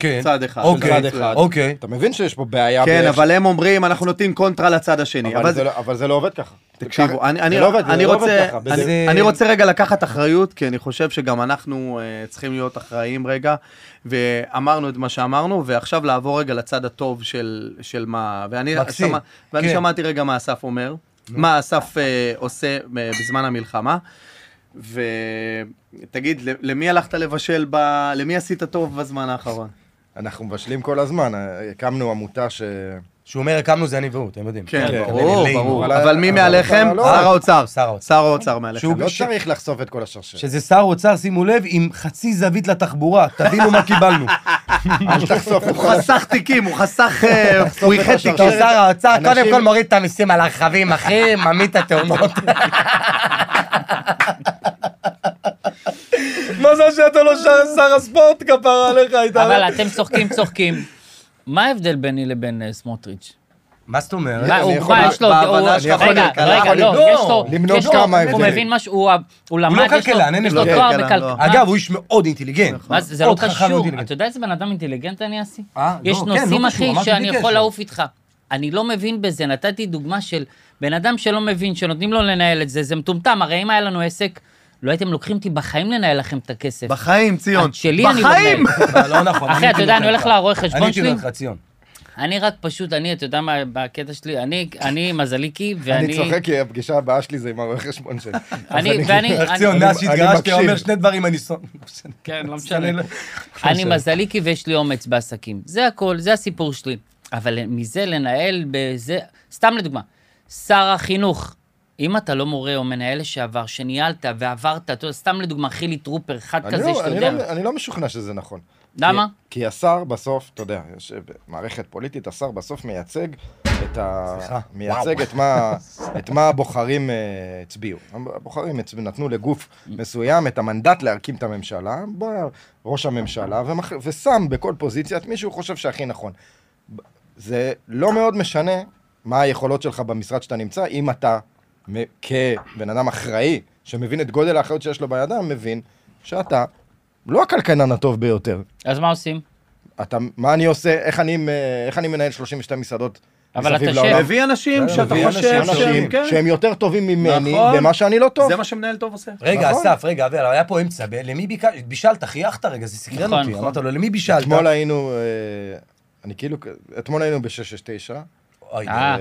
S3: כן.
S1: צד אחד.
S3: אוקיי.
S4: צד אחד.
S3: אוקיי.
S4: אתה מבין שיש פה בעיה?
S1: כן,
S4: באיך-
S1: אבל הם אומרים, אנחנו נותנים קונטרה לצד השני.
S4: אבל, זה... לא, אבל זה לא עובד ככה.
S1: תקשיבו,
S4: ככה-
S1: אני,
S4: זה
S1: אני,
S4: לא עובד, זה
S1: אני,
S4: לא
S1: רוצה,
S4: עובד ככה.
S1: אני,
S4: בזה-
S3: זה-
S1: אני רוצה רגע לקחת אחריות, כי אני חושב שגם אנחנו uh, צריכים להיות אחראים רגע, ואמרנו את מה שאמרנו, ועכשיו לעבור רגע לצד הטוב של, של מה... ואני,
S3: מקסים,
S1: שמע, ואני
S3: כן.
S1: שמעתי רגע מה אסף אומר, מה אסף uh, עושה uh, בזמן המלחמה, ותגיד, ל- למי הלכת לבשל, ב... למי עשית טוב בזמן האחרון?
S4: אנחנו מבשלים כל הזמן, אה, הקמנו עמותה ש...
S3: שהוא אומר, הקמנו זה אני והוא, אתם יודעים.
S1: כן,
S4: כן,
S1: ברור,
S3: אלינו.
S1: ברור.
S4: אבל-
S1: אבל מי
S4: אבל-
S1: מעליכם? שר
S4: אבל לא-
S1: האוצר.
S3: שר האוצר.
S1: שר האוצר מעליכם.
S3: שהוא
S4: לא
S3: ש-
S4: צריך לחשוף את כל השרשרת.
S3: שזה שר אוצר, שימו לב, עם חצי זווית לתחבורה. תבינו מה קיבלנו.
S4: אל תחשוף את כל
S1: הוא חסך תיקים, הוא חסך, אה, הוא איחד
S4: השרשרת.
S3: כי
S1: תיקים.
S3: שר האוצר
S4: אנשים-
S3: קודם כל מוריד את המיסים על הרכבים, אחי, ממית את התאונות. מזל שאתה לא שר שר הספורט, כפרה עליך, הייתה...
S2: אבל אתם צוחקים, צוחקים. מה ההבדל ביני לבין אה, סמוטריץ'?
S3: מה זאת אומרת?
S2: מה,
S4: אני
S2: הוא-
S4: יכול-
S2: מה, יש לו...
S1: בהבנה
S2: הוא-
S1: שלך,
S2: רגע,
S1: יכול-
S2: רגע,
S3: יכול
S2: לא,
S3: למנות
S2: יש לו...
S4: למנות
S2: יש לו-
S4: כמה
S2: הוא
S4: הבדלים.
S2: מבין משהו, הוא- הוא למד,
S3: לא
S2: יש לו-
S3: כלכלן, אין
S2: יש
S3: לו
S2: לו תואר
S1: כלכלן,
S2: בכלכלה.
S1: לא.
S3: אגב, הוא איש מאוד אינטליגנט.
S2: מה זה, זה לא
S3: מאוד אוקיי, חכם, מאוד
S2: קשור.
S3: אינטליגנט.
S2: אתה יודע איזה בן אדם אינטליגנט אני אסי?
S3: אה, לא,
S2: יש
S3: כן,
S2: נושאים,
S3: לא קשור,
S2: אחי,
S3: אמרתי
S2: שאני
S3: בלי
S2: יכול
S3: קשר.
S2: לעוף איתך. אני לא מבין בזה, נתתי דוגמה של בן אדם שלא מבין, שנותנים לו לנהל את זה, זה מטומטם, הרי אם היה לנו עסק, לא הייתם לוקחים אותי בחיים לנהל לכם את הכסף.
S1: בחיים, ציון.
S2: את שלי אני
S1: בחיים!
S2: לומד.
S3: לא, לא נכון.
S2: אחי,
S3: אני
S2: אתה יודע, אני
S3: הייתי
S2: הולך לרואה חשבון
S3: אני הייתי
S2: שלי.
S3: הולך לציון.
S2: אני רק פשוט, אני, אתה יודע מה, בקטע שלי, אני, אני מזליקי, ואני...
S4: אני צוחק, כי הפגישה הבאה שלי זה עם הרואה חשבון שלי.
S2: אני,
S4: אז אני-
S2: ואני,
S3: איך
S2: אני,
S3: ציון,
S4: אני-
S3: מאז שהתגרשתי,
S4: אני מקשיב.
S3: אומר שני דברים, אני שונא.
S2: כן, לא
S3: בסדר,
S2: משנה.
S3: לא-
S2: אני
S3: בסדר.
S2: מזליקי ויש לי אומץ בעסקים. זה הכל, זה הסיפור שלי. אבל מזה לנהל בזה, סתם לדוגמה, שר החינוך, אם אתה לא מורה או מנהל לשעבר, שניהלת ועברת, אתה יודע, סתם לדוגמה, חילי טרופר, אחד
S4: אני
S2: כזה
S4: לא-
S2: שאתה
S4: אני
S2: יודע.
S4: לא- אני לא משוכנע שזה נכון.
S2: למה?
S4: כי כי השר בסוף, אתה יודע, יש מערכת פוליטית, השר בסוף מייצג את ה...
S3: סליחה.
S4: מייצג את מה, את מה הבוחרים אה, הצביעו. הבוחרים הצב- נתנו לגוף מסוים את המנדט להרכיב את הממשלה, בא ראש הממשלה ומח... ושם בכל פוזיציה את מי שהוא חושב שהכי נכון. ב- זה לא מאוד משנה מה היכולות שלך במשרד שאתה נמצא, אם אתה מ- כבן אדם אחראי, שמבין את גודל האחריות שיש לו בידיים, מבין שאתה לא הכלכלן הטוב ביותר.
S2: אז מה עושים?
S4: אתה, מה אני עושה, איך אני, אה, איך אני מנהל 32 מסעדות
S2: אבל
S4: מסביב
S2: אתה
S4: לעולם?
S2: שב.
S1: מביא אנשים
S3: זה
S1: שאתה
S3: מביא
S1: חושב
S3: אנשים
S1: שהם, כן.
S4: שהם יותר טובים ממני
S1: נכון.
S4: במה שאני לא טוב.
S1: זה מה שמנהל טוב עושה.
S3: רגע,
S4: נכון.
S3: אסף, רגע, אבל היה פה אמצע, ב- למי ביקשת? בישלת, חייכת רגע, זה סקרן
S2: נכון,
S3: אותי.
S2: נכון.
S3: אמרת לו, למי בישלת?
S4: אתמול היינו, אה, אני כאילו, אתמול היינו ב-669,
S3: אוי,
S2: אה.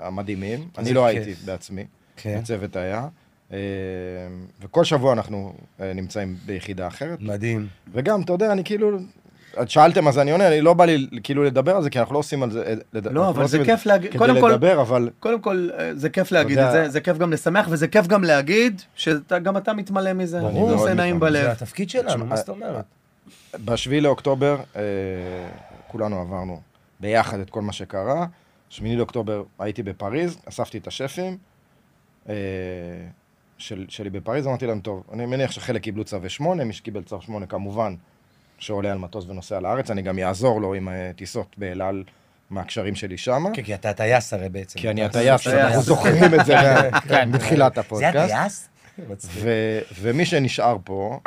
S4: המדהימים,
S3: איזה
S4: אני לא
S3: כיף.
S4: הייתי בעצמי,
S3: כן.
S4: הצוות היה, אה, וכל שבוע אנחנו אה, נמצאים ביחידה אחרת,
S3: מדהים.
S4: וגם, אתה יודע, אני כאילו... את שאלתם אז אני עונה, אני לא בא לי כאילו לדבר על זה, כי אנחנו לא עושים על זה... אה, לד- אנחנו
S1: אבל לא זה
S4: עושים את
S1: כיף להגיד-
S4: כדי
S1: קודם כל-
S4: לדבר, אבל...
S1: קודם כל, אה, זה כיף להגיד
S4: יודע-
S1: את זה, זה כיף גם לשמח, וזה כיף גם להגיד שגם אתה מתמלא מזה.
S4: ברור.
S1: זה עושה
S4: מאוד
S1: נעים
S4: מתמלא.
S3: זה
S1: בלב.
S3: התפקיד שלנו, מה זאת אומרת?
S4: ב-7 לאוקטובר אה, כולנו עברנו ביחד את כל מה שקרה. 8 לאוקטובר הייתי בפריז, אספתי את השפים אה, של, שלי בפריז, אמרתי להם, טוב, אני מניח שחלק קיבלו צווי 8, מי שקיבל צו 8 כמובן שעולה על מטוס ונוסע לארץ, אני גם אעזור לו עם אה, טיסות באל על מהקשרים שלי שמה.
S3: כן, כי אתה הטייס הרי בעצם.
S5: כן,
S4: כי אני הטייס,
S1: הטייס.
S4: אנחנו זוכרים את זה מה- מתחילת
S3: זה
S4: הפודקאסט.
S3: הטייס? מצחיק.
S4: ו- ומי שנשאר פה,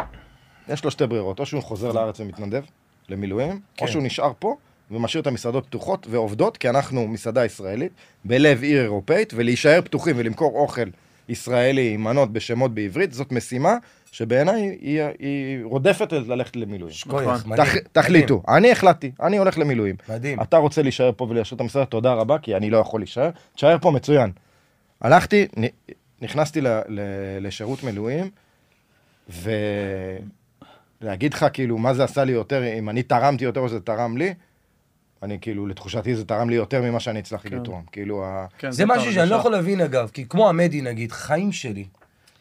S4: יש לו שתי ברירות, או שהוא חוזר לארץ ומתנדב למילואים, או שהוא נשאר פה ומשאיר את המסעדות פתוחות ועובדות, כי אנחנו מסעדה ישראלית בלב עיר אירופאית, ולהישאר פתוחים ולמכור אוכל ישראלי עם מנות בשמות בעברית, זאת משימה שבעיניי היא, היא רודפת את ללכת למילואים.
S3: שכוח,
S1: נכון.
S3: מדהים.
S4: תח- תחליטו, אני החלטתי, אני הולך למילואים.
S3: מדהים.
S4: אתה רוצה להישאר פה וליישר את המסעדה, תודה רבה, כי אני לא יכול להישאר, תישאר פה מצוין. הלכתי, נ- נכנסתי ל- ל- לשירות מילואים, ולהגיד לך כאילו מה זה עשה לי יותר, אם אני תרמתי יותר או שזה תרם לי, אני כאילו, לתחושתי זה תרם לי יותר ממה שאני הצלחתי לתרום. כאילו, ה-
S1: כן,
S3: זה משהו שאני לא
S1: הרגשה.
S3: יכול להבין, אגב, כי כמו עמדי, נגיד, חיים שלי,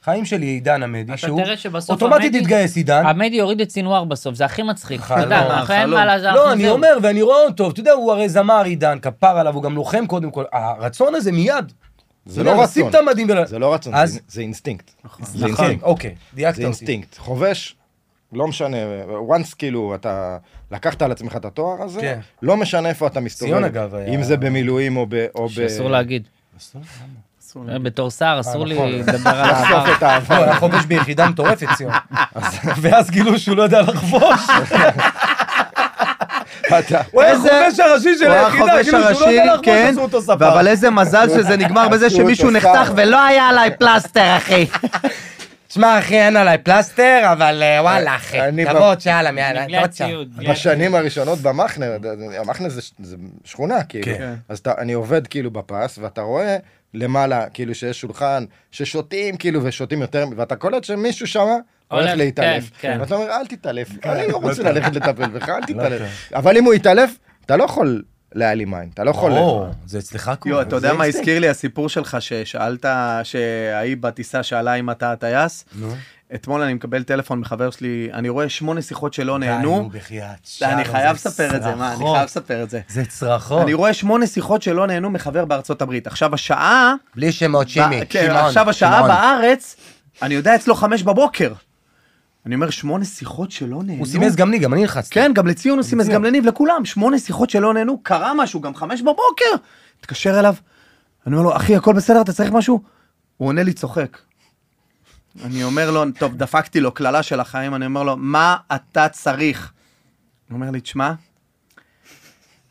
S3: חיים שלי, עידן עמדי,
S2: אתה
S3: שהוא
S2: תראה שבסוף
S3: אוטומטית
S2: עמדי- אה,
S3: התגייס, עידן.
S2: עמדי יוריד את סינואר בסוף, זה הכי מצחיק.
S3: חלום,
S2: אתה יודע, אחרי אין
S1: חלום.
S2: מה לעזור.
S3: לא, אני אומר, ואני רואה אותו, אתה יודע, הוא הרי זמר עידן, כפר עליו, הוא גם לוחם קודם כל. הרצון הזה מיד. אתה
S4: זה
S3: יודע,
S4: לא
S3: לשים
S4: רצון,
S3: את המדים ול...
S4: זה לא רצון,
S3: אז-
S4: זה- זה אינסטינקט. זה
S3: נכון,
S4: אינסטינקט.
S3: אוקיי, דייקת
S4: זה
S3: אותי.
S4: אינסטינקט. חובש, לא משנה, once כאילו אתה לקחת על עצמך את התואר הזה,
S3: כן.
S4: לא משנה איפה אתה מסתובב.
S3: ציון, אגב, היה-
S4: אם זה במילואים או ב... או ב-
S2: שאסור להגיד.
S1: אסור לי.
S2: בתור שר אסור לי
S3: נכון.
S2: לדבר על
S4: לחשוף
S2: השכר.
S4: את העבר.
S3: לא, היה חובש ביחידה מטורפת, ציון. ואז גילו שהוא לא יודע לחבוש.
S4: אתה-
S3: הוא היה
S1: איזה-
S3: החובש הראשי של
S1: הוא היה
S3: היחידה,
S1: החובש
S3: כאילו שהוא לא יודע
S1: הראשי,
S3: לחבוש,
S1: כן,
S3: עשו אותו ספר.
S1: אבל איזה מזל שזה נגמר בזה
S4: עשו אותו
S1: שמישהו
S4: ספר.
S1: נחתך ולא היה עליי פלסטר, אחי.
S3: תשמע, אחי, אין עליי פלסטר, אבל אה, וואלה, אחי.
S4: אני
S3: תבוא עוד שעה למעלה,
S2: בלי
S3: עוד שעה.
S2: הציוד. בלי הציוד.
S4: בשנים הראשונות במחנה, המחנה זה, ש- זה שכונה, כאילו.
S3: כן.
S4: אז אתה, אני עובד כאילו בפס, ואתה רואה למעלה, כאילו שיש שולחן, ששותים כאילו, ושותים יותר, ואתה קולט שמישהו שם הולך
S2: הולך,
S4: להתעלף.
S2: כן, כן.
S4: ואתה אומר, אל תתעלף, אני לא רוצה ללכת לטפל בך,
S3: לא
S4: אל תתעלף. אבל אם הוא יתעלף, אתה לא יכול להעלים עין, אתה לא יכול...
S3: ברור, זה אצלך כבר.
S1: יו, אתה
S3: זה
S1: יודע מה
S3: אינסטינקט.
S1: הזכיר לי הסיפור שלך ששאלת, שההיא בטיסה שאלה אם אתה הטייס? אתמול אני מקבל טלפון מחבר שלי, אני רואה שמונה שיחות שלא
S3: די, נו,
S1: נענו.
S3: בחייאת,
S1: אני
S3: שלום,
S1: חייב לספר את זה, מה, אני
S3: צרחות.
S1: חייב לספר את זה.
S3: זה צרחות.
S1: אני רואה שמונה שיחות שלא נהנו מחבר בארצות הברית. עכשיו השעה,
S3: בלי שמות,
S1: ב-
S3: שימי.
S1: כן,
S3: שמעון,
S1: עכשיו השעה
S3: שמעון.
S1: בארץ, אני יודע אצלו חמש בבוקר. אני אומר, שמונה שיחות שלא נהנו.
S3: הוא סימס גם לי, גם אני נלחצתי.
S1: כן, גם לציון הוא סימס, גם לניב, לכולם. שמונה שיחות שלא נהנו, קרה משהו, גם חמש בבוקר. התקשר אליו, אני אומר לו, אחי, הכל בסדר, אתה צריך משהו? הוא עונה לי, צוחק. אני אומר לו, טוב, דפקתי לו קללה של החיים, אני אומר לו, מה אתה צריך? הוא אומר לי, תשמע,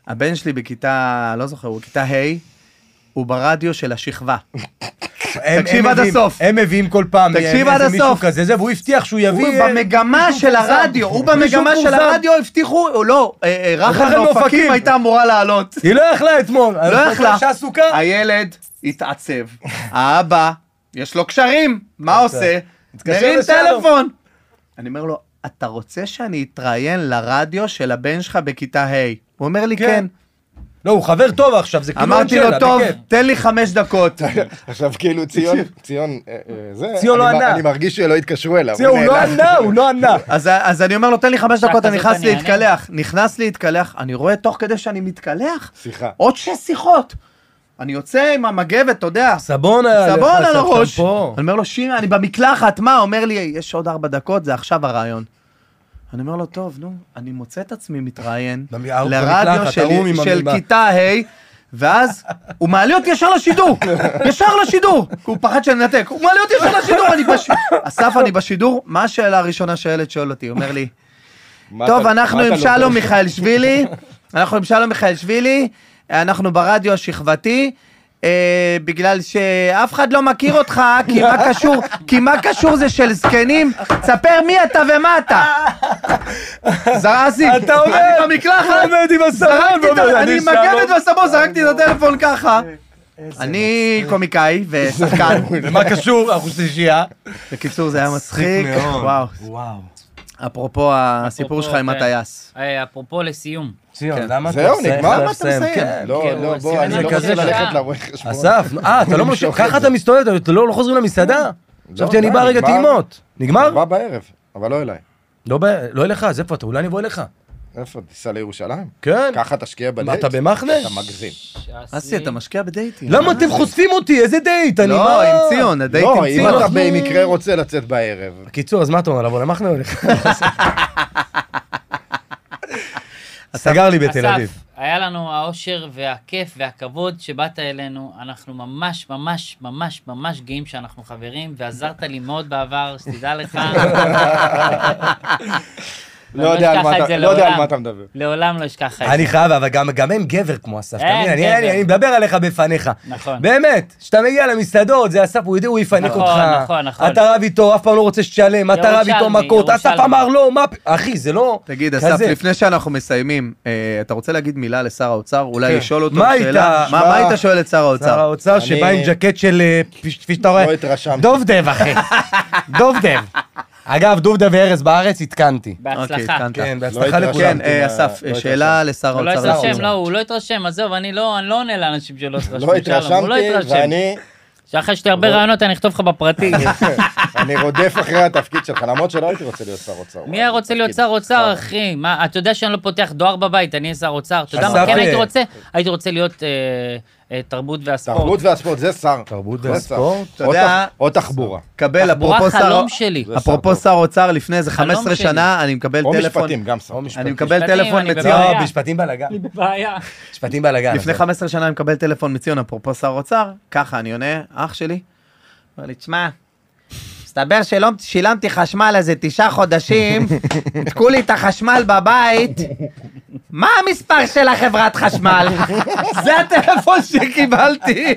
S1: הבן שלי בכיתה, לא זוכר, הוא בכיתה ה', הוא ברדיו של השכבה.
S3: הם-
S1: תקשיב
S3: הם
S1: עד
S3: מביאים-
S1: הסוף.
S3: הם מביאים כל פעם
S1: תקשיב
S3: איזה
S1: עד
S3: מישהו
S1: הסוף.
S3: כזה, זה, והוא הבטיח שהוא
S1: הוא
S3: יביא... אה,
S1: במגמה
S3: מישהו
S1: של
S3: מפורסם.
S1: הרדיו, הוא במגמה
S3: מישהו
S1: של
S3: מפורסם.
S1: הרדיו הבטיחו, או לא, אה, אה, רחל
S3: רחל מאופקים.
S1: מאופקים הייתה אמורה לעלות.
S3: היא לא יכלה אתמול.
S1: לא יכלה.
S3: אישה עסוקה.
S1: הילד התעצב. האבא, יש לו קשרים, מה עושה?
S3: אוקיי. מתקשר
S1: מרים
S3: לשלום.
S1: טלפון. אני אומר לו, אתה רוצה שאני אתראיין לרדיו של הבן שלך בכיתה ה'? הוא אומר לי,
S3: כן.
S1: כן.
S3: לא, הוא חבר טוב עכשיו, זה כאילו...
S1: אמרתי
S3: אנג'לה,
S1: לו, טוב,
S3: בכיף.
S1: תן לי חמש דקות.
S4: עכשיו כאילו ציון, ציון, אה, אה, זה,
S3: ציון לא
S4: אני מ-
S3: ענה.
S4: אני מרגיש שלא התקשרו אליו.
S3: זהו, הוא לא
S4: נעלם.
S3: ענה, הוא לא ענה.
S1: אז, אז אני אומר לו, תן לי חמש
S2: בשעה
S1: דקות, אני
S2: כזאת
S1: נכנס
S2: אני אענה.
S1: להתקלח. נכנס להתקלח, אני רואה תוך כדי שאני מתקלח,
S4: שיחה.
S1: עוד שש שיחות. אני יוצא עם המגבת, אתה יודע,
S3: סבון היה לך,
S1: סבון על
S3: קצת
S1: הראש. אני
S3: שמפו.
S1: אומר לו, שירה, אני במקלחת, מה? אומר לי, יש עוד ארבע דקות, זה עכשיו הרעיון. אני אומר לו, טוב, נו, אני מוצא את עצמי מתראיין
S3: במ-
S1: לרדיו
S3: במקלחת, ערום
S1: שלי-
S3: עם
S1: של
S3: המ-
S1: כיתה ה', ואז הוא מעלה אותי ישר לשידור, ישר לשידור, כי הוא פחד שאני אנתק, הוא מעלה אותי ישר לשידור, אני בשידור, אסף, אני בשידור, מה השאלה הראשונה שהילד שואל אותי? הוא אומר לי,
S4: מה
S1: טוב,
S4: אתה-
S1: אנחנו
S4: מה
S1: עם
S4: אתה
S1: שלום
S4: לובש?
S1: מיכאלשווילי, אנחנו עם שלום מיכאלשווילי, אנחנו ברדיו השכבתי. אה, בגלל שאף אחד לא מכיר אותך, כי מה קשור, כי מה קשור זה של זקנים, ספר מי אתה ומה אתה. זרזי,
S3: אתה עומד,
S1: אני במקלחת,
S3: עומד עם הסבון,
S1: זרקתי את
S3: ואומר,
S1: ה- אני עם
S3: שלום.
S1: מגבת והסבון, זרקתי
S3: אה,
S1: את הטלפון ככה. אני קומיקאי ושחקן,
S3: ומה קשור? אנחנו שלישייה.
S1: בקיצור זה היה מצחיק, וואו,
S3: וואו.
S1: אפרופו הסיפור שלך עם
S2: כן.
S1: הטייס.
S2: אה, אפרופו לסיום.
S3: ציון, כן. למה אתה
S4: זהו,
S3: עושה-
S4: נגמר?
S3: חייב
S4: למה אתה
S3: לסיים,
S1: מסיים?
S3: כן.
S4: לא,
S2: כן, הוא
S4: לא,
S2: עשה-
S4: בוא, אני
S3: זה
S4: לא
S3: כזה
S4: רוצה ללכת
S2: שעה.
S4: לרואה חשבון.
S3: אסף, אה, אתה לא ממשוך,
S4: למשוך
S3: ככה
S4: את זה. לא,
S3: אתה מסתובב, אתה לא לא חוזרים למסעדה? חשבתי אני
S4: די,
S3: בא רגע
S4: אה, נגמר.
S3: טעימות. נגמר?
S4: בא בערב, אבל לא אליי.
S3: לא בא- לא אליך, אז איפה אתה? אולי אני אבוא אליך.
S4: איפה? תיסע לירושלים?
S3: כן.
S4: ככה תשקיע
S3: מה,
S4: בדייט?
S3: אתה במחנה?
S4: אתה מגזים.
S1: אסי, אתה משקיע בדייטים.
S3: למה אתם חושפים אותי? איזה דייט? אני
S1: לא, עם ציון, הדייט עם
S4: לא, אם
S1: ציון.
S4: אתה
S3: אנחנו-
S4: במקרה רוצה לצאת בערב.
S3: בקיצור, אז מה אתה אומר? לבוא למחנה או לך? סגר לי בתל
S2: אסף,
S3: אביב.
S2: היה לנו האושר והכיף והכבוד שבאת אלינו. אנחנו ממש, ממש, ממש, ממש גאים שאנחנו חברים, ועזרת לי מאוד בעבר, שתדע לך.
S4: לא יודע על
S2: אשכח
S4: מה
S2: את
S4: אתה-
S2: זה
S4: לא יודע על
S2: לעולם.
S4: מה אתה מדבר.
S2: לעולם לא אשכח
S1: אה,
S2: את זה.
S3: אני חייב, אבל גם, גם הם גבר כמו אסף, אתה
S2: אין,
S3: מבין? אני,
S2: גבר.
S3: אני, אני מדבר עליך בפניך.
S2: נכון.
S3: באמת, כשאתה מגיע למסעדות, זה אסף, הוא יודע, הוא יפנק
S2: נכון,
S3: אותך.
S2: נכון, נכון.
S3: אתה רב איתו, אף פעם לא רוצה שתשלם, אתה רב איתו
S2: ירושלמי,
S3: מכות, אסף
S2: ירושלמי.
S3: אמר לא, מה... פ- אחי, זה לא...
S1: תגיד,
S3: כזה.
S1: אסף, לפני שאנחנו מסיימים, אה, אתה רוצה להגיד מילה לשר האוצר? אולי
S3: כן.
S1: לשאול אותו
S3: מה היית-
S1: שאלה? מה
S4: שמע,
S1: מה היית שואל את שר
S3: שר
S1: האוצר?
S3: האוצר
S4: אני-
S3: שבא עם ג'קט של, אה, פש- כפי שאתה רואה,
S4: לא התרשמתי.
S3: דובדב אחי, דובדב. אגב, דובדב וארז בארץ עדכנתי.
S1: אוקיי,
S2: בהצלחה.
S1: התקנת.
S3: כן,
S4: לא
S3: בהצלחה
S4: התרשמתי.
S3: לכולם.
S1: כן, אה,
S4: מה-
S1: אסף,
S4: לא
S1: שאלה לשר
S2: הוא לא
S1: האוצר.
S2: התרשם, לא, הוא לא התרשם, עזוב, אני לא אני לא עונה לאנשים שלא התרשמו.
S4: לא
S2: שלום, הוא לא
S4: התרשמתי,
S2: התרשם.
S4: ואני
S2: שאחרי שתי הרבה רעיונות אני אכתוב לך בפרטי.
S4: אני רודף אחרי התפקיד שלך, למרות שלא הייתי רוצה להיות שר אוצר.
S2: מי היה רוצה להיות שר
S4: תפקיד.
S2: אוצר, אחי? מה, אתה יודע שאני לא פותח דואר בבית, אני אהיה שר אוצר. אתה יודע מה
S3: אסף,
S2: כן
S3: אה,
S2: הייתי רוצה? הייתי רוצה להיות אה, אה, תרבות והספורט.
S4: תרבות והספורט, זה שר.
S3: תרבות
S4: זה שר.
S3: והספורט?
S1: אתה יודע-
S4: או תחבורה.
S1: קבל,
S2: תחבורה
S1: אפרופו שר...
S2: חלום שלי.
S4: זה
S1: אפרופו
S4: שר
S1: שר אוצר, לפני איזה
S2: חלום
S1: 15
S2: שלי.
S1: שנה, אני מקבל
S4: או
S1: טלפון,
S4: משפטים, גם שר.
S3: או משפטים.
S1: אני מקבל
S2: משפטים,
S1: טלפון
S2: אני
S1: מציון,
S2: בבעיה.
S3: לא, משפטים בלאגן.
S2: אני בבעיה.
S3: משפטים
S4: אה,
S3: בלאגן.
S1: לפני
S3: עזוב.
S4: נכון.
S1: 15 שנה אני מקבל טלפון מציון, אפרופו שר אוצר, ככה אני עונה, אח שלי, אומר לי, תשמע, מסתבר שלא שילמתי חשמל איזה תשעה חודשים, תקעו לי את החשמל בבית, מה המספר של החברת חשמל? זה הטלפון שקיבלתי,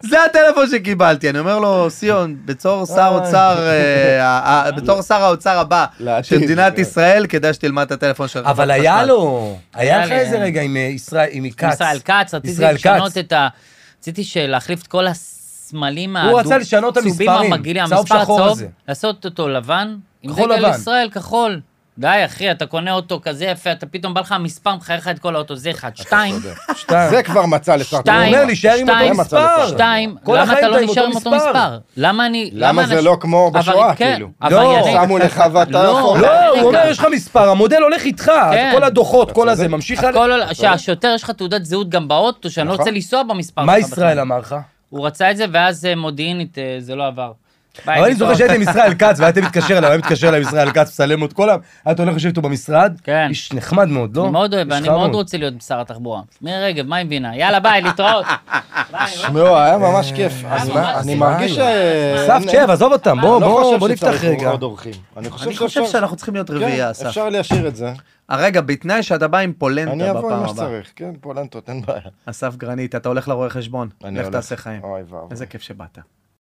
S1: זה הטלפון שקיבלתי. אני אומר לו, סיון, בתור שר אוצר, אה, ה- ה- בתור שר האוצר הבא
S4: לעתיד,
S1: של מדינת
S4: כן.
S1: ישראל, כדאי שתלמד את הטלפון של חברת
S3: אבל היה לו, היה לך
S2: לי,
S3: איזה
S2: אה.
S3: רגע עם אה, ישראל, עם כץ.
S2: ישראל כץ, רציתי
S3: ישראל
S2: לשנות
S3: כץ.
S2: את ה... רציתי להחליף את כל הסמלים
S3: הוא רצה לשנות את
S2: הצהובים
S3: המספרים,
S2: המגעילים,
S3: צהוב
S2: המספר
S3: שחור
S2: הצהוב,
S3: הזה.
S2: לעשות אותו לבן, עם
S3: כחול
S2: דגל
S3: לבן.
S2: ישראל כחול. די, אחי, אתה קונה אוטו כזה יפה, אתה פתאום בא לך המספר, מחייך לך את כל האוטו, זה אחד. שתיים,
S3: שתיים.
S4: זה כבר מצא לשר.
S2: שתיים.
S3: הוא אומר לי, שער עם אותו
S2: שתיים,
S3: מספר.
S2: שתיים,
S3: כל
S2: למה אתה
S3: החיים אתה
S2: לא
S3: עם
S2: נשאר
S3: אותו
S2: עם אותו
S3: מספר?
S2: מספר? למה אני...
S4: למה זה
S2: אנשים-
S4: לא כמו
S2: אבל
S4: בשואה,
S2: כן,
S4: כאילו?
S2: אבל
S3: לא,
S2: יריב,
S4: שמו לך ואתה
S2: לא,
S4: לא יכול.
S3: לא,
S2: רגע.
S3: הוא אומר, יש לך מספר, המודל הולך איתך,
S2: כן.
S3: כל הדוחות, כל הזה, ממשיך... הלאה.
S2: הכל עולה- שהשוטר, יש לך תעודת זהות גם באוטו, שאני לא
S4: נכון.
S2: רוצה לנסוע במספר
S3: מה
S2: שלך בכלל.
S3: ישראל אמר לך?
S2: הוא רצה את זה, ואז אה, מודיעינית אה, זה לא עבר. ביי,
S3: אבל אני
S2: נתראות.
S3: זוכר שהייתם עם ישראל כץ, והייתם מתקשר אליו, היה מתקשר אליו ישראל כץ, מצלם לו את כל ה... היית הולך לשבת איתו במשרד?
S2: כן.
S3: איש נחמד מאוד, לא?
S2: אני מאוד אוהב,
S3: איש
S2: אני
S3: חמוד.
S2: מאוד רוצה להיות שר התחבורה. מירי רגב, מה היא מבינה? יאללה, ביי, להתראות. ביי, ביי.
S4: תשמעו, היה ממש כיף. אז
S2: ממש
S4: מה,
S2: כיף.
S4: אני מרגיש ש...
S3: אסף,
S2: אה,
S3: שב, עזוב אותם, בוא,
S4: אה, אני לא
S3: בוא,
S4: חושב
S3: בוא נפתח
S4: שצריך
S3: רגע.
S4: עוד אורחים. אני חושב
S1: אני חושב
S4: שאפשר-
S1: שאנחנו צריכים להיות רביעייה,
S4: כן,
S1: אסף.
S4: אפשר להשאיר את זה.
S1: אה, רגע, בתנאי שאתה בא עם פולנטה
S4: אני אבוא עם
S1: בפעם
S4: מה
S1: הבאה.
S4: שצריך. כן, פולנטות, אין בעיה.
S1: אסף גרנית, אתה הולך לרואה חשבון,
S4: אני
S1: לך
S4: הולך. אה,
S1: תעשה חיים.
S4: אוי ואבוי.
S1: איזה כיף שבאת.